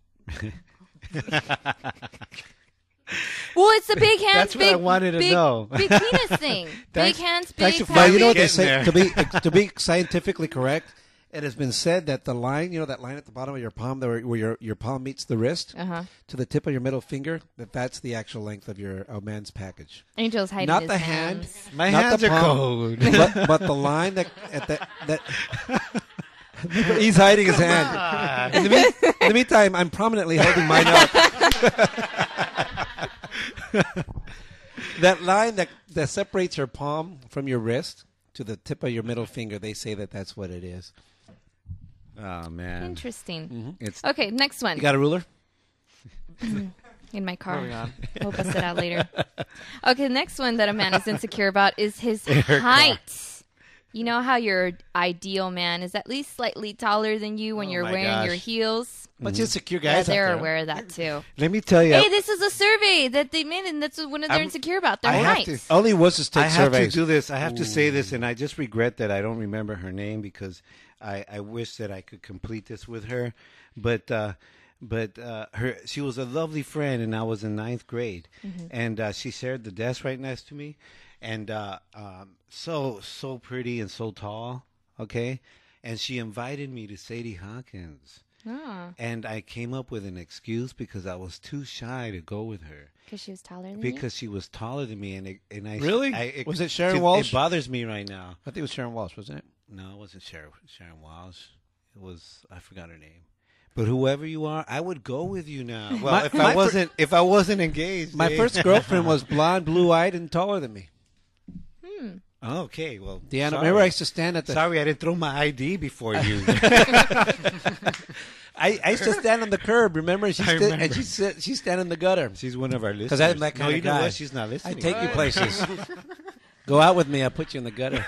well, it's the big hands. That's what big, I wanted to big- know. Big penis thing. big Thanks- hands, big thanks for Now How you we know what they getting say there? to be to be scientifically correct. It has been said that the line, you know, that line at the bottom of your palm, there where your, your palm meets the wrist, Uh-huh. to the tip of your middle finger, that that's the actual length of your a man's package. Angel's hiding Not his the hand. hands. My Not hands the are palm, [laughs] cold. but, but the line that at that that [laughs] he's hiding his hand. In the, mean, in the meantime, I'm prominently holding mine up. [laughs] that line that that separates your palm from your wrist to the tip of your middle finger. They say that that's what it is. oh man, Interesting. it's Okay, next one. You got a ruler? in my car. Moving on. [laughs] We'll bust it out later. Okay, the next one that a man is insecure about is his height. You know how your ideal man is at least slightly taller than you when Oh you're my wearing your gosh. heels? Bunch of secure Yeah, guys. out they're there. aware of that too. Let me tell you, Hey, this is a survey that they made, and that's what they're I'm- insecure about. Their I have height. to- Only was to I take have surveys. to do this. I have to say this, and I just regret that I don't remember her name because I, I wish that I could complete this with her. But uh, but uh, her she was a lovely friend, and I was in ninth grade, Mm-hmm. and uh, she shared the desk right next to me, and uh, um, so so pretty and so tall. Okay, and she invited me to Sadie Hawkins. Ah. And I came up with an excuse because I was too shy to go with her Because she was taller than because she was taller than me, and it, and I Really? I, Was it Sharon to- Walsh? It bothers me right now. I think it was Sharon Walsh, wasn't it? No, it wasn't Sharon Sharon Walsh. It was I forgot her name. But whoever you are, I would go with you [laughs] now. Well, My- if my I fir- wasn't if I wasn't engaged, My eh? first girlfriend was blonde, blue-eyed, and taller than me. Oh, [laughs] okay, well, Deanna, sorry. remember I used to stand at the Sorry, I didn't throw my ID before [laughs] you. I, I used to stand on the curb, remember? [laughs] She I stood, And remember. she sit, she stand in the gutter. She's one [laughs] of our listeners. Because I'm that no, kind you of know guy. what? She's not I listening. take you [laughs] places. Go out [laughs] with me, I'll put you in the gutter.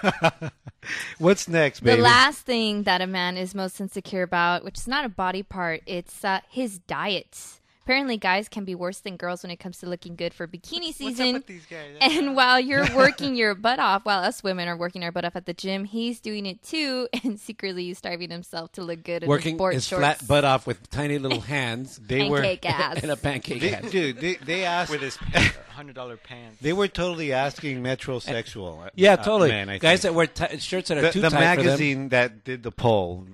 What's next, you. baby? The last thing that a man is most insecure about, which is not a body part, it's uh, his diet. Apparently, guys can be worse than girls when it comes to looking good for bikini What's up season. with these guys? And while you're working your butt off, while us women are working our butt off at the gym, he's doing it too, [laughs] and secretly starving himself to look good in his Working sport his shorts. flat butt off with tiny [laughs] little hands. They were- Pancake [laughs] ass. and a pancake They- ass. dude, they, [laughs] they asked. With his [laughs] hundred dollar pants. they were totally asking metrosexual. uh, [laughs] Yeah, uh, totally. men, I Guys think. that wear ti shirts that are the, too the tight Mm-hmm. magazine that did the poll.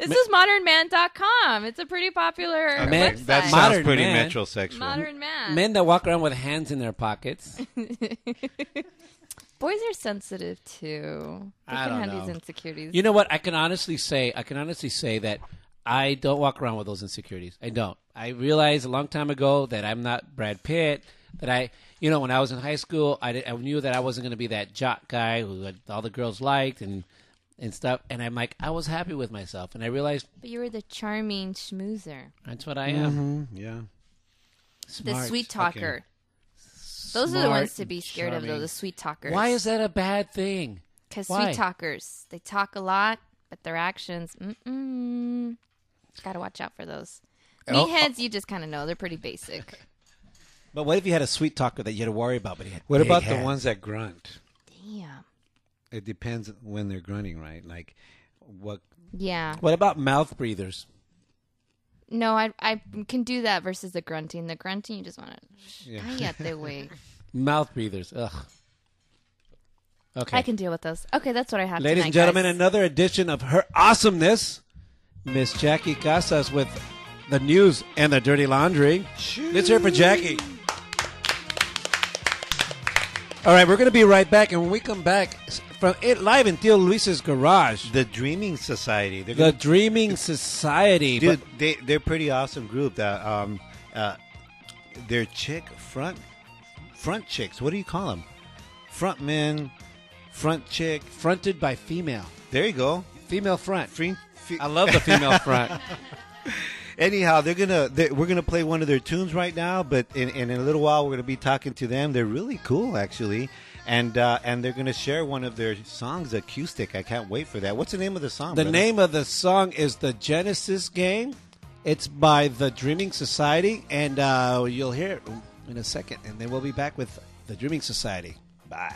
This is modernman.com. It's a pretty popular for them. Men, website. That modern sounds pretty man, metrosexual. Modern man. Men that walk around with hands in their pockets. Boys are sensitive too. They I can don't have know. these insecurities. You know what? I can honestly say, I can honestly say that I don't walk around with those insecurities. I don't. I realized a long time ago that I'm not Brad Pitt. That I, you know, when I was in high school, I, did, I knew that I wasn't going to be that jock guy who like, all the girls liked and and stuff. And I'm like, I was happy with myself, and I realized but you were the charming schmoozer, that's what I am. Mhm, yeah. the Smart. sweet talker. Those are the Smart ones to be and scared of, though. charming. The sweet talkers. Why is that a bad thing? Because why? sweet talkers, they talk a lot, but their actions, mm-mm. Gotta watch out for those. Oh, Meatheads, you just kind of know they're pretty basic. But what if you had a sweet talker that you had to worry about? But he had What big about the hands? ones that grunt? Damn. It depends when they're grunting, right? Like what? Yeah. What about mouth breathers? No, I I can do that versus the grunting. The grunting, you just want to. Yeah. [laughs] Cállate, güey. Mouth breathers. Ugh. Okay. I can deal with those. Okay, that's what I have. Ladies and tonight, gentlemen, guys. another edition of Her Awesomeness. Miss Jackie Casas with the news and the dirty laundry. Let's hear it for Jackie. All right, we're going to be right back. And when we come back s- from it live in Theo Luis's garage, The Dreaming Society. They're the gonna, Dreaming Society. dude, they they're pretty awesome group. That um, uh, they're chick front front chicks. What do you call them? Front men, front chick. but fronted by female. There you go. Female front. Free, free- I love the female front. Anyhow, they're gonna they we're gonna play one of their tunes right now, but in, in a little while we're gonna be talking to them. They're really cool, actually, and uh, and they're gonna share one of their songs, acoustic. I can't wait for that. What's the name of the song? The brother? name of the song is the Genesis Gang. It's by the Dreaming Society, and uh, you'll hear it in a second. And then we'll be back with the Dreaming Society. Bye.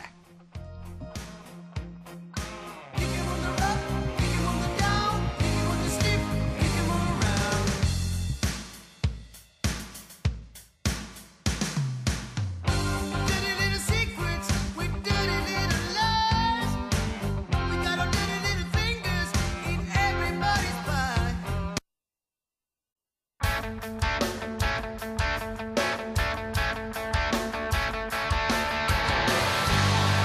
Everybody's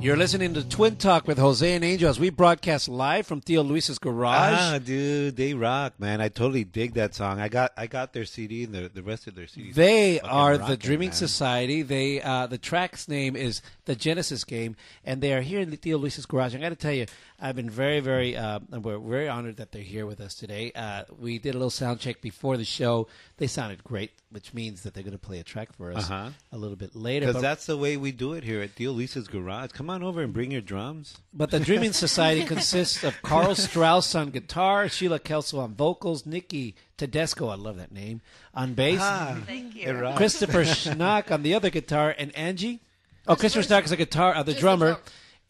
You're listening to Twin Talk with Jose and Angel as we broadcast live from Theo Luis's garage. Ah, dude, they rock, man. I totally dig that song. I got I got their CD and the, the rest of their CDs. They Fucking are the rocking, Dreaming man. Society. They uh, the track's name is the Genesis Game, and they are here in Theo Luis's garage. I got to tell you, I've been very, very, uh, and we're very honored that they're here with us today. Uh, we did a little sound check before the show. They sounded great, which means that they're going to play a track for us Uh-huh. a little bit later. Because But, that's the way we do it here at Deal Lisa's Garage. Come on over and bring your drums. but the Dreaming Society consists of Carl Strauss on guitar, Sheila Kelso on vocals, Nikki Tedesco, I love that name, on bass. Ah, Thank It you. rocks. Christopher Schnock on the other guitar, and Angie. Oh, Christopher Schnock is a guitar, uh, the Just the drummer, drummer.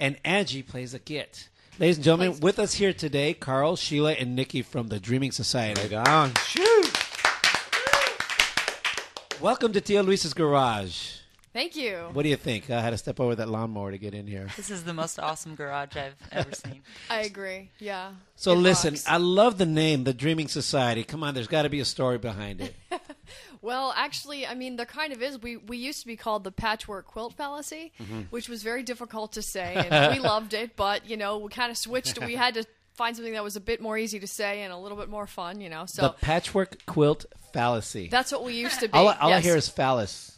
and Angie plays the git. Ladies and gentlemen, with us here today, Carl, Sheila, and Nikki from the Dreaming Right Society. on. Welcome to Tia Luis's garage. Thank you. What do you think? I had to step over that lawnmower to get in here. This is the most awesome garage I've ever seen. I agree. Yeah. So It listen, rocks. I love the name, the Dreaming Society. Come on, there's got to be a story behind it. Well, actually, I mean, there kind of is. We we used to be called the patchwork quilt fallacy, Mm-hmm. which was very difficult to [laughs] say, and we loved it. But you know, we kind of switched. We had to find something that was a bit more easy to say and a little bit more fun. You know, so the patchwork quilt fallacy. that's what we used to be. all I- all I Yes. hear is phallus.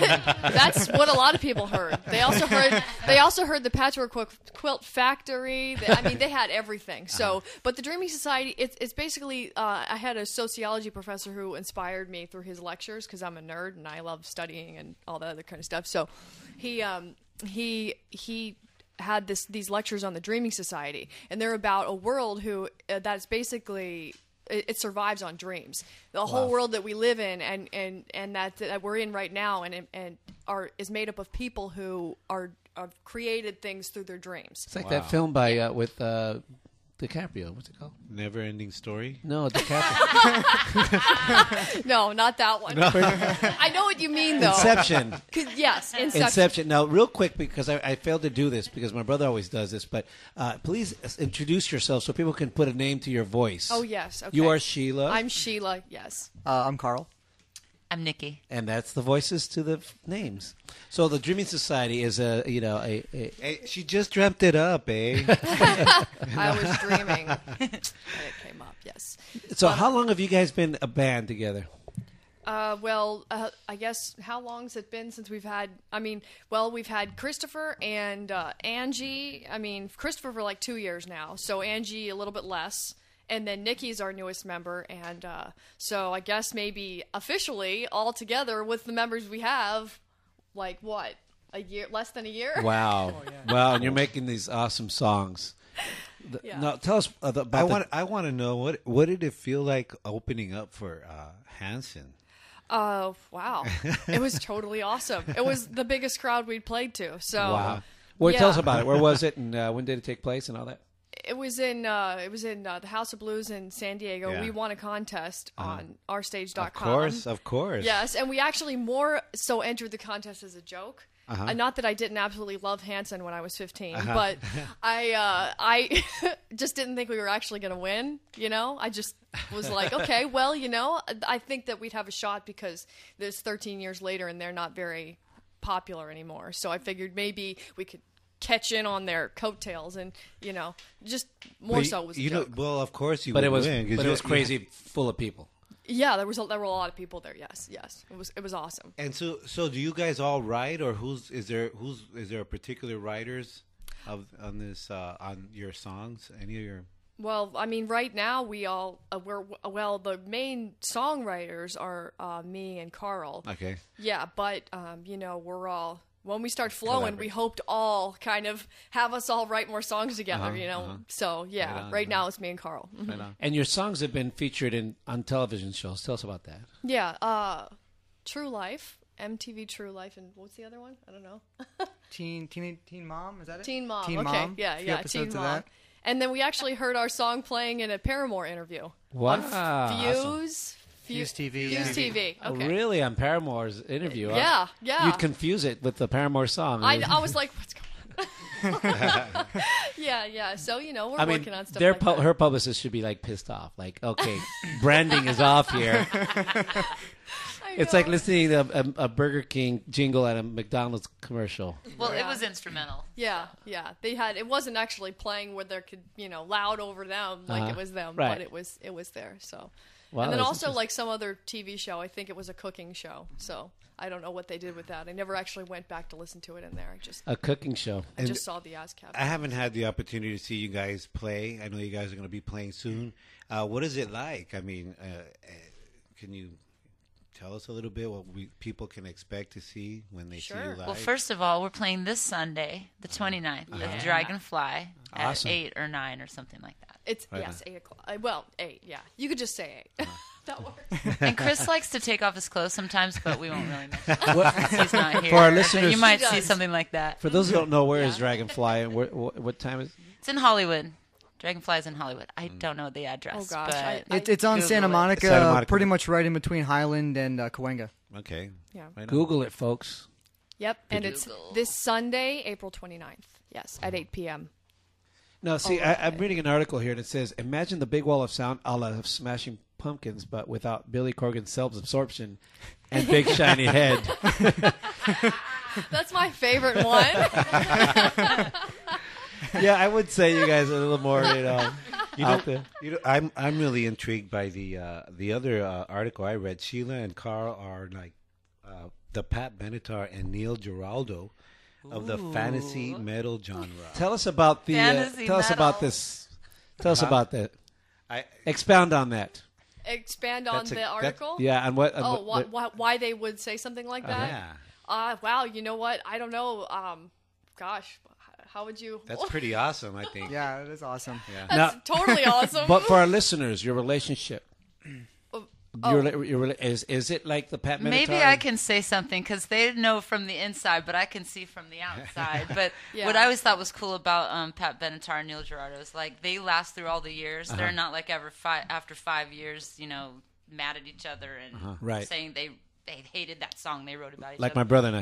that's what a lot of people heard. They also heard they also heard the patchwork Quil- quilt factory. They- I mean, they had everything. So, but the Dreaming Society, it's it's basically uh, I had a sociology professor who inspired me through his lectures because I'm a nerd and I love studying and all that other kind of stuff. So, he um he he had this these lectures on the Dreaming Society, and they're about a world who uh, that's basically it, it survives on dreams. The whole world that we live in and and and that that we're in right now and and are is made up of people who are have created things through their dreams. [laughs] It's like that film by uh, with uh, DiCaprio. What's it called? Never ending story. No, DiCaprio. No, not that one. [laughs] I know what you mean though. [laughs] Inception. 'Cause- yes, Inception. Inception. Now, real quick, because I, I failed to do this because my brother always does this, but uh, please introduce yourself so people can put a name to your voice. Oh yes, okay. You are Sheila, I'm Sheila. [laughs] Yes. Uh, I'm Carl. I'm Nikki. and that's the voices to the f- names. So the Dreaming Society is a you know a, a Hey, she just dreamt it up, eh? [laughs] I was [laughs] dreaming when it came up. Yes. so how long have you guys been a band together? Uh, well, uh, I guess how long's it been since we've had? I mean, well, we've had Christopher and uh, Angie. I mean, Christopher for like two years now, so Angie a little bit less, and then Nikki's our newest member, and uh, so I guess maybe officially all together with the members we have, like what a year, less than a year. Wow, wow, and you're making these awesome songs. The- Yeah. Now tell us uh, the- about I the- want I want to know what what did it feel like opening up for uh, Hanson? Oh wow, it was totally awesome. It was the biggest crowd we'd played to. So Wow. Well, tell us Yeah. about it. Where was it, and uh, when did it take place, and all that? it was in uh, it was in uh, the House of Blues in San Diego. Yeah. Uh-huh. We won a contest on ourstage.com. Of course, of course. Yes, and we actually more so entered the contest as a joke. uh Uh-huh. not that I didn't absolutely love Hanson when I was 15, [laughs] but I uh, I [laughs] just didn't think we were actually going to win. You know, I just was [laughs] like, okay, well, you know, I think that we'd have a shot because there's 13 years later and they're not very popular anymore. So I figured maybe we could catch in on their coattails and you know just more But so was a you know, joke. well, of course you. But would it was, win, 'cause but it you- was crazy, [laughs] full of people. yeah there was a, there were a lot of people there yes yes it was it was awesome And so, so do you guys all write, or who's is there? Who's is there a particular writers of on this uh, on your songs? Any of your Well, I mean, right now we all uh, we're well. The main songwriters are uh, me and Carl. okay? Yeah, but um, you know, we're all when we start flowing, we hoped all kind of have us all write more songs together. Uh-huh, you know, so yeah, right, on, now it's me and Carl. Mhm. And your songs have been featured in on television shows. Tell us about that. Yeah, uh, True Life, MTV True Life, and what's the other one? I don't know. [laughs] Teen, teen, teen mom. Is that it? Teen Mom. Teen okay, mom. yeah, Few yeah, Teen episodes of Mom. that. And then we actually heard our song playing in a Paramore interview. Wow. Fuse. Ah, Fuse TV. Fuse Yeah. TV. Oh, Okay. Really, on Paramore's interview. huh? Yeah, yeah. You'd confuse it with the Paramore song. I, I was like, what's going on? yeah, yeah. So you know, we're I mean, working on stuff. their like pub- that. her [laughs] [laughs] publicist should be like pissed off. Like, okay, branding is off here. I It's like listening to a, a, a Burger King jingle at a McDonald's commercial. Well, it was instrumental. Yeah, yeah. They had it wasn't actually playing where there could you know loud over them like Uh-huh. it was them, Right. but it was it was there. So, Wow, and then that's also like some other TV show. I think it was a cooking show. So I don't know what they did with that. I never actually went back to listen to it in there. I just A cooking show. I just saw the ASCAP. I haven't had the opportunity to see you guys play. I know you guys are going to be playing soon. Uh, what is it like? I mean, uh, uh, can you tell us a little bit what we, people can expect to see when they see you Sure. live? Well, first of all, we're playing this Sunday, the 29th, at the Dragonfly Awesome. at 8 or 9 or something like that. it's yes, eight o'clock. Uh, Well, eight. Yeah, you could just say 8 Uh-huh. [laughs] that works. And Chris [laughs] likes to take off his clothes sometimes, but we won't really mention it What- since he's not here. For our So listeners- you might He see does. something like that. For those who don't know, where is Dragonfly and where, what, what time is? It's in Hollywood. Dragonfly's in Hollywood. I Mm. don't know the address. Oh, gosh, But I- I- It, it's on Google Santa it. Monica, Santa Monica. Uh, pretty much right in between Highland and uh, Cahuenga. okay. Yeah. Right on. Google it, folks. Yep, and it's Google. this Sunday, April 29th. Yes, at 8 p.m. No, Oh, see, I, I'm reading an article here and it says, "Imagine the big wall of sound, a la Smashing Pumpkins, but without Billy Corgan's self-absorption and big shiny [laughs] head." That's my favorite one. yeah, I would say you guys are a little more, you know, out there. You know, I'm I'm really intrigued by the uh, the other uh, article I read. Sheila and Carl are like uh, the Pat Benatar and Neil Giraldo of the fantasy metal genre. Tell us about the. Uh, Fantasy tell us about metal. this. Tell us Uh-huh. about that. I Expound on that. expand on That's a- the that- article? Yeah, and what? and Oh, why, what- why, why they would say something like that? yeah, Uh, wow, you know what? I don't know. Um, gosh, h- how would you? that's pretty awesome. I think. Yeah, that is awesome. Yeah. That's [laughs] totally awesome. But for our listeners, your relationship. oh. Your, rela- your, rela- is is it like the Pat? Maybe Benatar? I can say something because they know from the inside, but I can see from [laughs] the outside. But Yeah. what I always thought was cool about um, Pat Benatar and Neil Gerardo is like they last through all the years. Uh-huh. They're not like ever fi- after five years, you know, mad at each other and Right. saying they they hated that song they wrote about each like my other. brother and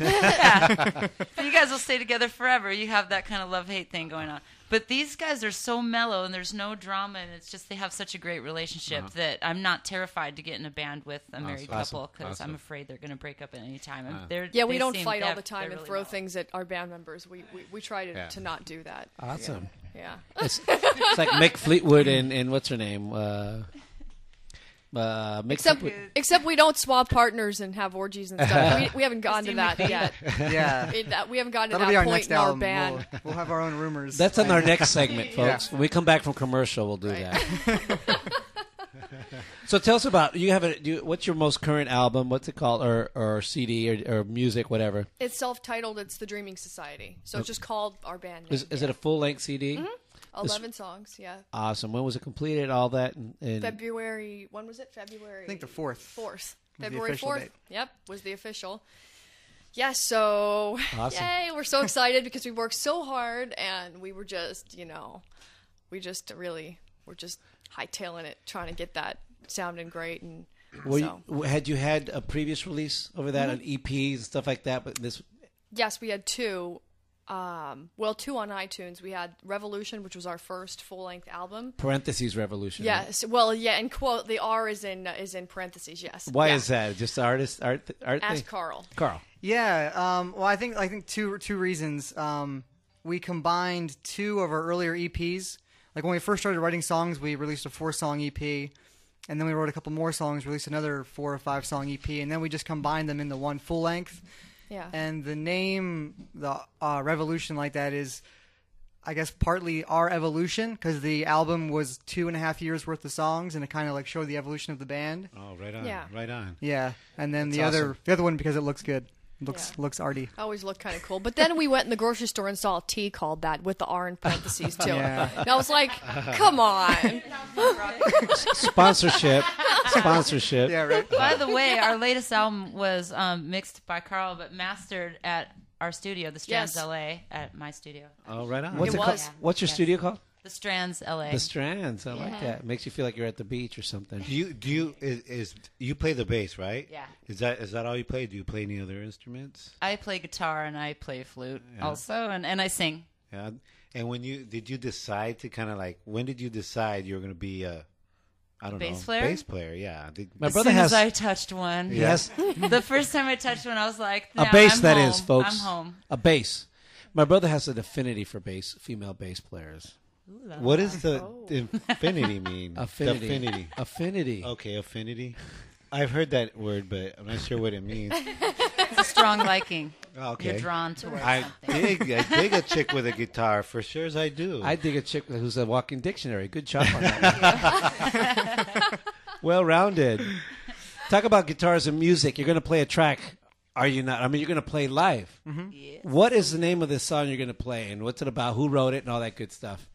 I. But you guys will stay together forever. You have that kind of love hate thing going on. But these guys are so mellow and there's no drama, and it's just they have such a great relationship Uh-huh. that I'm not terrified to get in a band with a married Awesome. couple because Awesome. I'm afraid they're going to break up at any time. And Uh-huh. they're- yeah, we they don't seem- fight they all have- the time they're and really throw mellow. things at our band members. We we, we try to, Yeah. to not do that. Uh, Awesome. [laughs] Yeah. It's, it's like Mick Fleetwood and, and what's her name? Uh, uh, Mick Except Fleetwood. except we don't swap partners and have orgies and stuff. we, we haven't gotten to that yet. [laughs] It- that- we haven't gotten to That'll that be our point next in our album. band. We'll, [laughs] we'll have our own rumors. That's on our next [laughs] segment, Yeah. folks. When we come back from commercial, we'll do that. so tell us about you have a do you, what's your most current album? What's it called, or or CD, or, or music, whatever? It's self-titled. It's the Dreaming Society. So it's just called our band. Name. Is, is it a full length CD? Mm-hmm. Eleven songs. Yeah. Awesome. When was it completed? All that and, and February. When was it? February. I think the 4th. Fourth. the February official fourth. date. Yep, was the official. Yes. so Awesome. yay! We're so excited because we worked so hard, and we were just, you know, we just really we're just hightailing it, trying to get that sounding great. And were so Mm-hmm. you, had you had a previous release over that, an EP and stuff like that? But this yes, we had two. Um, well, two on iTunes. We had Revolution, which was our first full-length album. parentheses revolution. right? Yes. Well, yeah, and quote the R is in is in parentheses. Yes. Why Yeah. is that? Just the artist art art Ask thing? Carl. Carl. Yeah. Um, well, I think I think two two reasons. Um, we combined two of our earlier EPs. Like when we first started writing songs, we released a four song EP, and then we wrote a couple more songs, released another four or five song EP, and then we just combined them into one full length. Yeah. And the name, the uh, revolution like that is, I guess, partly our evolution because the album was two and a half years worth of songs, and it kind of like showed the evolution of the band. Oh, right on. Yeah. Right on. Yeah, and then the awesome. other the other one because it looks good, looks looks arty. I always look kind of cool. But then we went in the grocery store and saw a T called that with the R in parentheses [laughs] too. Yeah. And I was like, come on. [laughs] Sponsorship. Sponsorship. [laughs] Yeah, right. By Oh. the way, our latest album was um, mixed by Carl, but mastered at our studio, The Strands Yes. LA, at my studio. Oh, right on. What's it, was. called? What's your studio called? The Strands LA. The Strands. I like that. Makes you feel like you're at the beach or something. Do you do you is, is you play the bass right? Yeah. Is that is that all you play? Do you play any other instruments? I play guitar and I play flute also, and, and I sing. Yeah. And when you did you decide to kind of like when did you decide you were going to be a I don't Bass know. player? Bass player, yeah. I think- My as brother soon has as I touched one. Yeah. yes, the first time I touched one, I was like, a "Nah, bass I'm that is, home. folks. I'm home. A bass. My brother has an affinity for bass, female bass players. What does the infinity mean? Affinity. Affinity. Affinity. Oh. Okay, affinity. I've heard that word, but I'm not sure what it means. It's a strong liking. Oh, okay. You're drawn towards I something. dig, I dig a chick with a guitar for sure as I do. I dig a chick who's a walking dictionary. Good job on that. [laughs] well rounded. Talk about guitars and music. You're going to play a track, are you not? I mean, you're going to play live. What is the name of this song you're going to play, and what's it about? Who wrote it, and all that good stuff?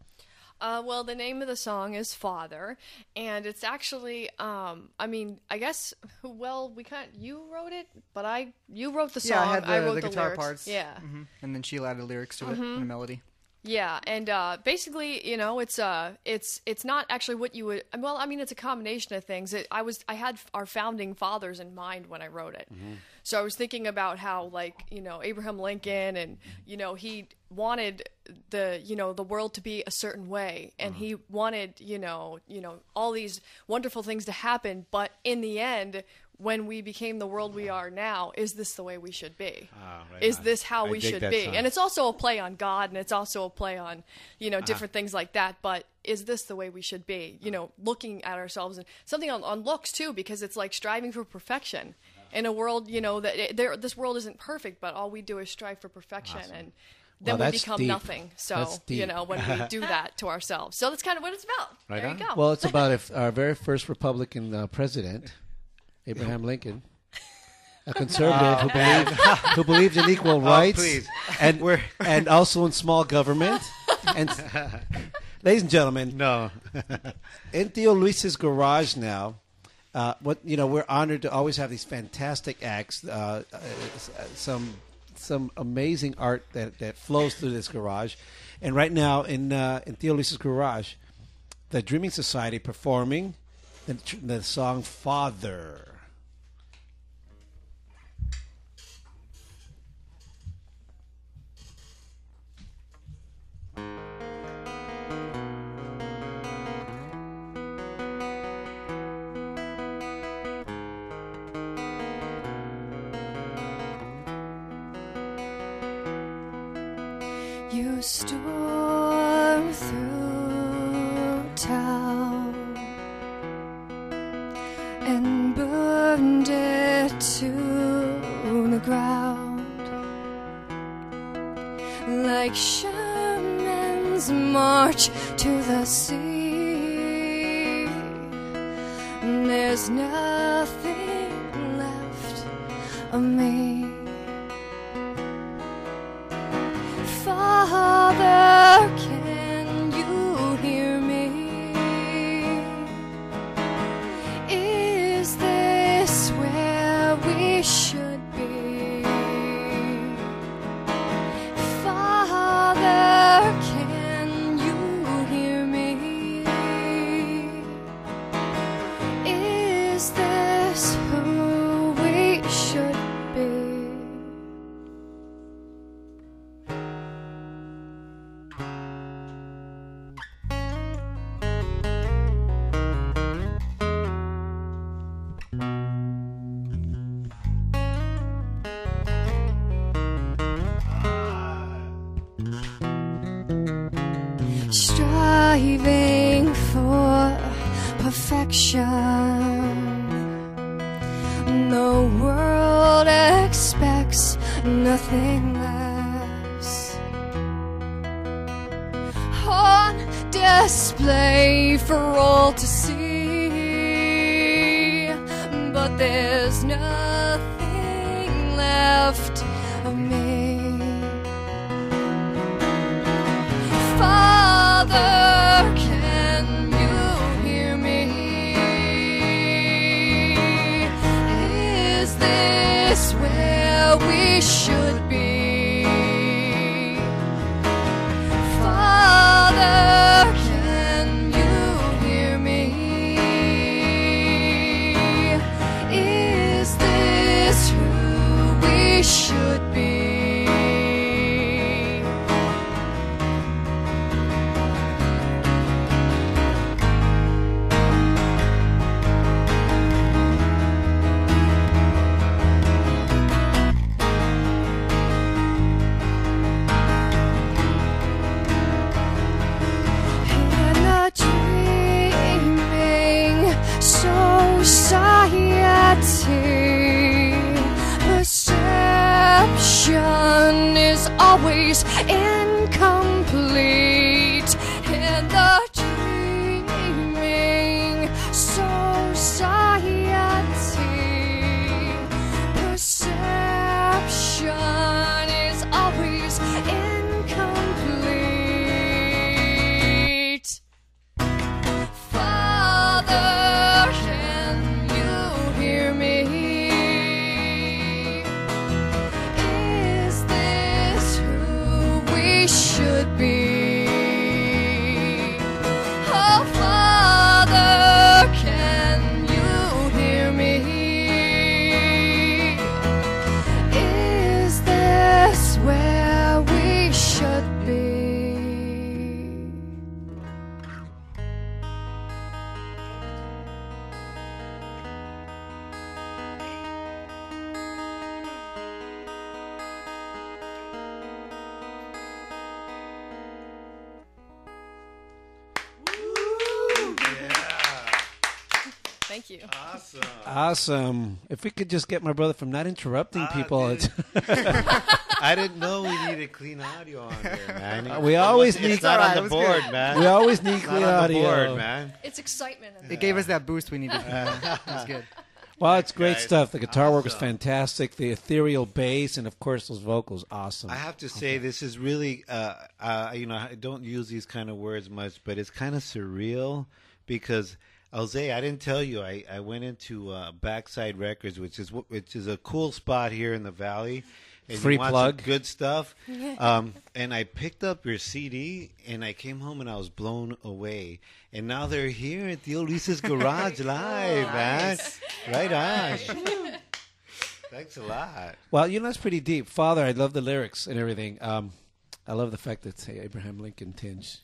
Uh, well, the name of the song is Father, and it's actually, um, I mean, I guess, [laughs] well, we can't. You wrote it, but I, you wrote the song. Yeah, I had the, wrote the the, guitar lyrics. parts. Yeah, Mm-hmm. Mhm. and then Sheila added lyrics to it and a melody. yeah, and uh, basically, you know, it's uh, it's it's not actually what you would. Well, I mean, it's a combination of things. It, I was, I had our founding fathers in mind when I wrote it, Mm-hmm. so I was thinking about how, like, you know, Abraham Lincoln, and you know, he wanted the you know the world to be a certain way and Uh-huh. he wanted you know you know all these wonderful things to happen but in the end when we became the world we are now is this the way we should be right is on. this how I we dig should that be song. and it's also a play on god and it's also a play on you Uh-huh. know different things like that but is this the way we should be Uh-huh. you know looking at ourselves and something on, on looks too because it's like striving for perfection Uh-huh. in a world you know that it, there this world isn't perfect but all we do is strive for perfection and then Wow, we that's become deep. nothing. So That's you deep. know when we [laughs] do that to ourselves. So that's kind of what it's about. Right there on. you go. Well, it's about if our very first Republican uh, president, Abraham Lincoln, a conservative who believed [laughs] who believed in equal rights, Oh, please. and We're- and also in small government. And [laughs] ladies and gentlemen, no. in Theo Luis's garage now. Uh, what you know, we're honored to always have these fantastic acts. Uh, uh, s- uh, some some amazing art that, that flows through this garage, and right now in uh, in Theo Luis's garage, the Dreaming Society performing the, tr- the song "Father." You storm through town and burned it to the ground like Sherman's march to the sea. There's nothing left of me. Father, can you hear me? Is this where we should be? Father, can you hear me? Is this who we should be? striving for perfection. The world expects nothing less. On display for all to see, but there's nothing left of me. Father, can you hear me? Is this where we should be? Father, can you hear me? Is this who we should be? description is always incomplete, and the dreaming society perception is always incomplete. Father, can you hear me? Is this who we should be? Oh, Father, can you hear me? Is this where we should be? Thank you. Awesome. If we could just get my brother from not interrupting Uh, people. dude. it's- I didn't know we needed clean audio on here, man. We always it's need- not all on right, it the was board, good. man. we [laughs] always Not need clear on the audio. board, man. It's excitement. in It gave us that boost we needed. it was good. Well, it's great Guys, stuff. The guitar work is fantastic. The ethereal bass and of course those vocals, awesome. I have to say, this is really, uh, uh, you know, I don't use these kind of words much, but it's kind of surreal because Jose, I didn't tell you, I, I went into uh, Backside Records, which is wh- which is a cool spot here in the valley. And you Free want some plug. good stuff. Um, and I picked up your CD, and I came home and I was blown away. And now they're here at the [laughs] Ulises Garage live, man. Right on. [laughs] Thanks a lot. Well, you know that's pretty deep. Father, I love the lyrics and everything. Um, I love the fact that it's hey, Abraham Lincoln [laughs] tinge.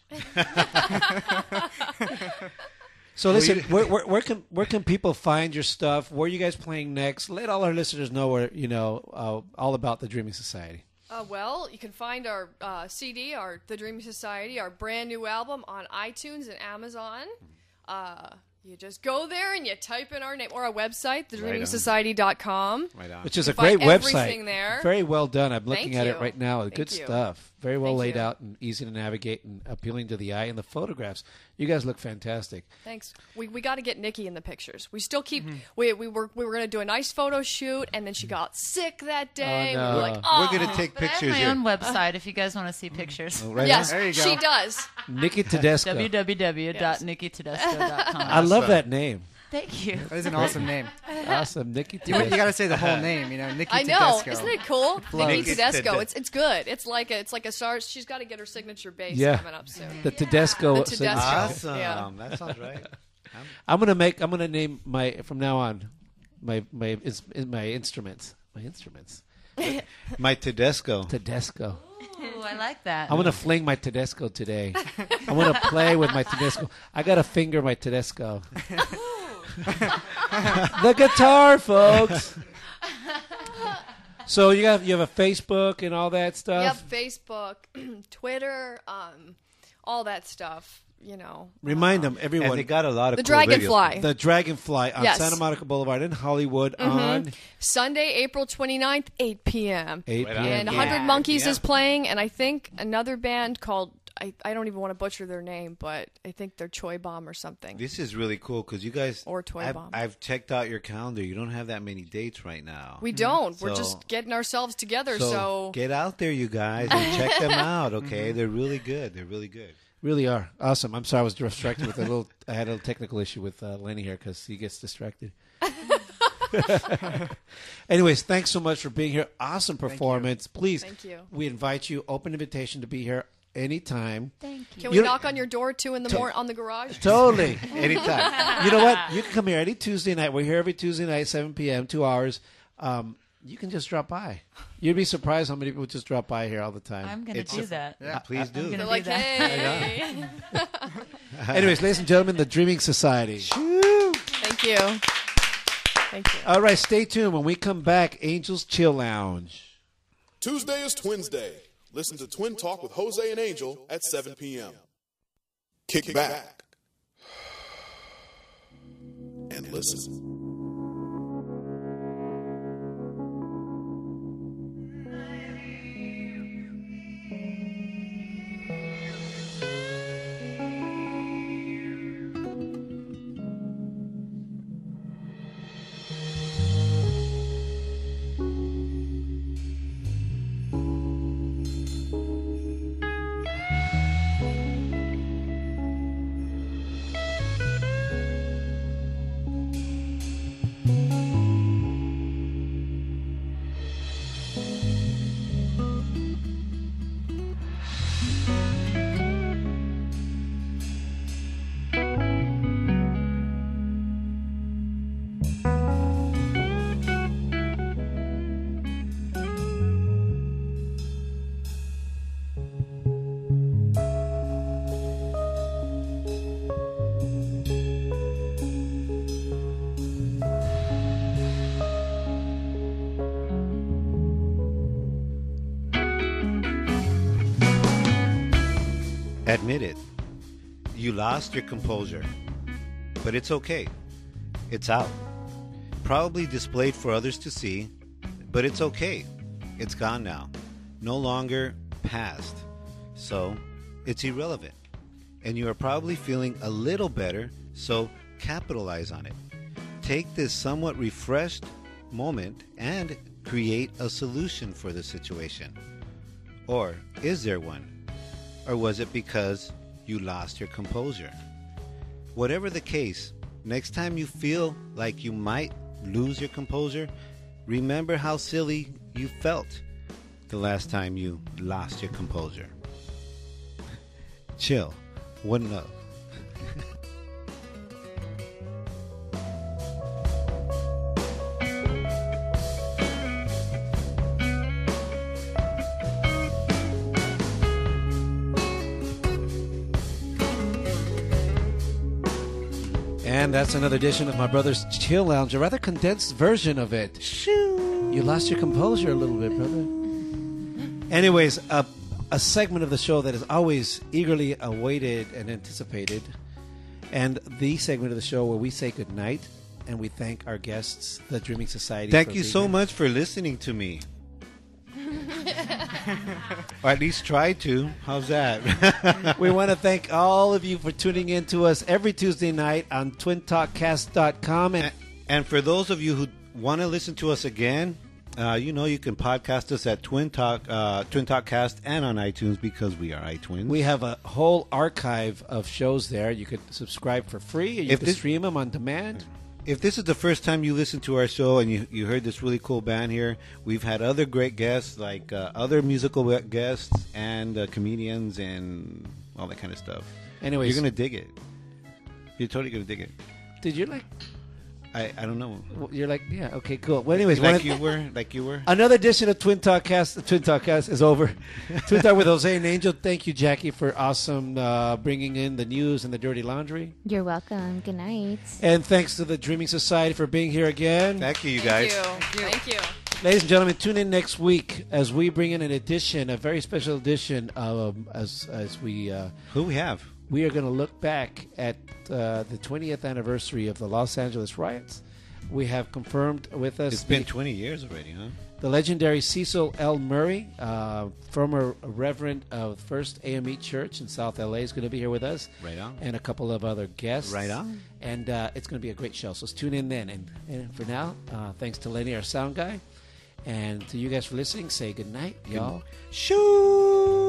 so listen, where, where, where can where can people find your stuff? Where are you guys playing next? Let all our listeners know where you know uh, all about the Dreaming Society. Uh, well, you can find our uh, CD, our The Dreaming Society, our brand new album on iTunes and Amazon. Uh, you just go there and you type in our name or our website, thedreamingsociety.com. Right on. which is a find great website. everything there. Very well done. I'm looking Thank at it you. right now. Thank Good you. stuff. Very well Thank laid you. out and easy to navigate and appealing to the eye. And the photographs, you guys look fantastic. Thanks. We, we got to get Nikki in the pictures. We still keep we we were we were gonna do a nice photo shoot, and then she got sick that day. Oh, We were no. like, oh, We're gonna take But I have pictures my here. own website if you guys want to see pictures. Right yes, There you go. she does. Nikki Tedesco. I www.nikkitedesco.com. love that name. Thank you. That is an awesome name. Awesome, Nikki You, you Tedesco. got to say the whole name, you know, Nikki I know, Tedesco. isn't it cool? Nikki Nikki Tedesco. Tede- It's it's good. It's like a it's like a star. She's got to get her signature bass Yeah. coming up soon. The Tedesco. The Tedesco. Awesome. Yeah. [laughs] That sounds right. I'm gonna make. I'm gonna name my from now on, my my ins- my instruments. My instruments. My Tedesco. Tedesco. Ooh, I like that. I'm gonna fling my Tedesco today. I'm gonna play with my Tedesco. I gotta finger my [laughs] Tedesco. the guitar, folks. So you have you have a Facebook and all that stuff. Yep, Facebook, [clears throat] Twitter, um, all that stuff. You know, Remind them, everyone. And they got a lot of the cool Dragonfly the Dragonfly on Yes. Santa Monica Boulevard in Hollywood on Sunday, April 29th, 8 p.m. 8 Right p.m. on. And Yeah. 100 Monkeys Yeah. is playing, and I think another band called I, I don't even want to butcher their name, but I think they're Choi Bomb or something. This is really cool because you guys. Or Toy I've, Bomb. I've checked out your calendar. You don't have that many dates right now. we don't. We're So- just getting ourselves together. So, Mm-hmm. get out there, you guys, and check them out. [laughs] Okay, they're really good. They're really good. Really are awesome. I'm sorry, I was distracted with a little. [laughs] I had a little technical issue with uh, Lenny here because he gets [laughs] distracted. Anyways, thanks so much for being here. Awesome performance. Please, Thank you. We invite you. Open invitation to be here anytime. can we you- knock on your door too in the mor- on the garage? Totally. Anytime. you know what? You can come here any Tuesday night. We're here every Tuesday night, 7 p.m., two hours. Um, you can just drop by. You'd be surprised how many people just drop by here all the time. I'm gonna It's do just- that. Yeah, please do. gonna- They're like, do that. hey, [laughs] Anyways, ladies and gentlemen, the Dreaming Society. thank you, thank you. All right, stay tuned. When we come back, Angels Chill Lounge. Tuesday is Twins Day. Listen to Twin Talk with Jose and Angel at 7 p.m. Kick back and listen. Admit it. You lost your composure. But it's okay. It's out. Probably displayed for others to see, but it's okay. It's gone now. No longer past. So, it's irrelevant. And you are probably feeling a little better, so capitalize on it. Take this somewhat refreshed moment and create a solution for the situation. Or is there one? Or was it because you lost your composure? Whatever the case, next time you feel like you might lose your composure, remember how silly you felt the last time you lost your composure. [laughs] Chill. One oh. love. And that's another edition of my brother's Chill Lounge, a rather condensed version of it. You lost your composure a little bit, brother. Anyways, a, a segment of the show that is always eagerly awaited and anticipated, and the segment of the show where we say goodnight and we thank our guests, the Dreaming Society. Thank for you being so here. much for listening to me. or at least try to. How's that? [laughs] We want to thank all of you for tuning in to us every Tuesday night on twintalkcast.com. And and for those of you who want to listen to us again, uh, you know you can podcast us at Twin Talk, uh, Twin Talk Cast, and on iTunes because we are iTwins. we have a whole archive of shows there. You could subscribe for free. Or you If could this- stream them on demand. if this is the first time you listen to our show and you, you heard this really cool band here, we've had other great guests, like uh, other musical we- guests and uh, comedians and all that kind of stuff. Anyways. you're going to dig it. You're totally going to dig it. Dude, you're like, I, I don't know. you're like, yeah, okay, cool. Well, anyways, like wanna- you were, like you were. another edition of Twin Talk Cast. Twin Talk Cast is [laughs] over. Twin Talk with Jose and Angel. Thank you, Jackie, for awesome uh, bringing in the news and the dirty laundry. You're welcome. Good night. And thanks to the Dreaming Society for being here again. Thank you, you Thank guys. you. Thank you. Ladies and gentlemen, tune in next week as we bring in an edition, a very special edition of um, as as we uh, Who we have? we are going to look back at uh, the 20th anniversary of the Los Angeles riots. We have confirmed with us It's been the, 20 years already, huh? the legendary Cecil L. Murray, uh, former reverend of First AME Church in South LA, is going to be here with us. Right on. And a couple of other guests. Right on. And uh, it's going to be a great show. So tune in then. And, and for now, uh, thanks to Lenny, our sound guy, and to you guys for listening. Say good night, y'all. Shoo!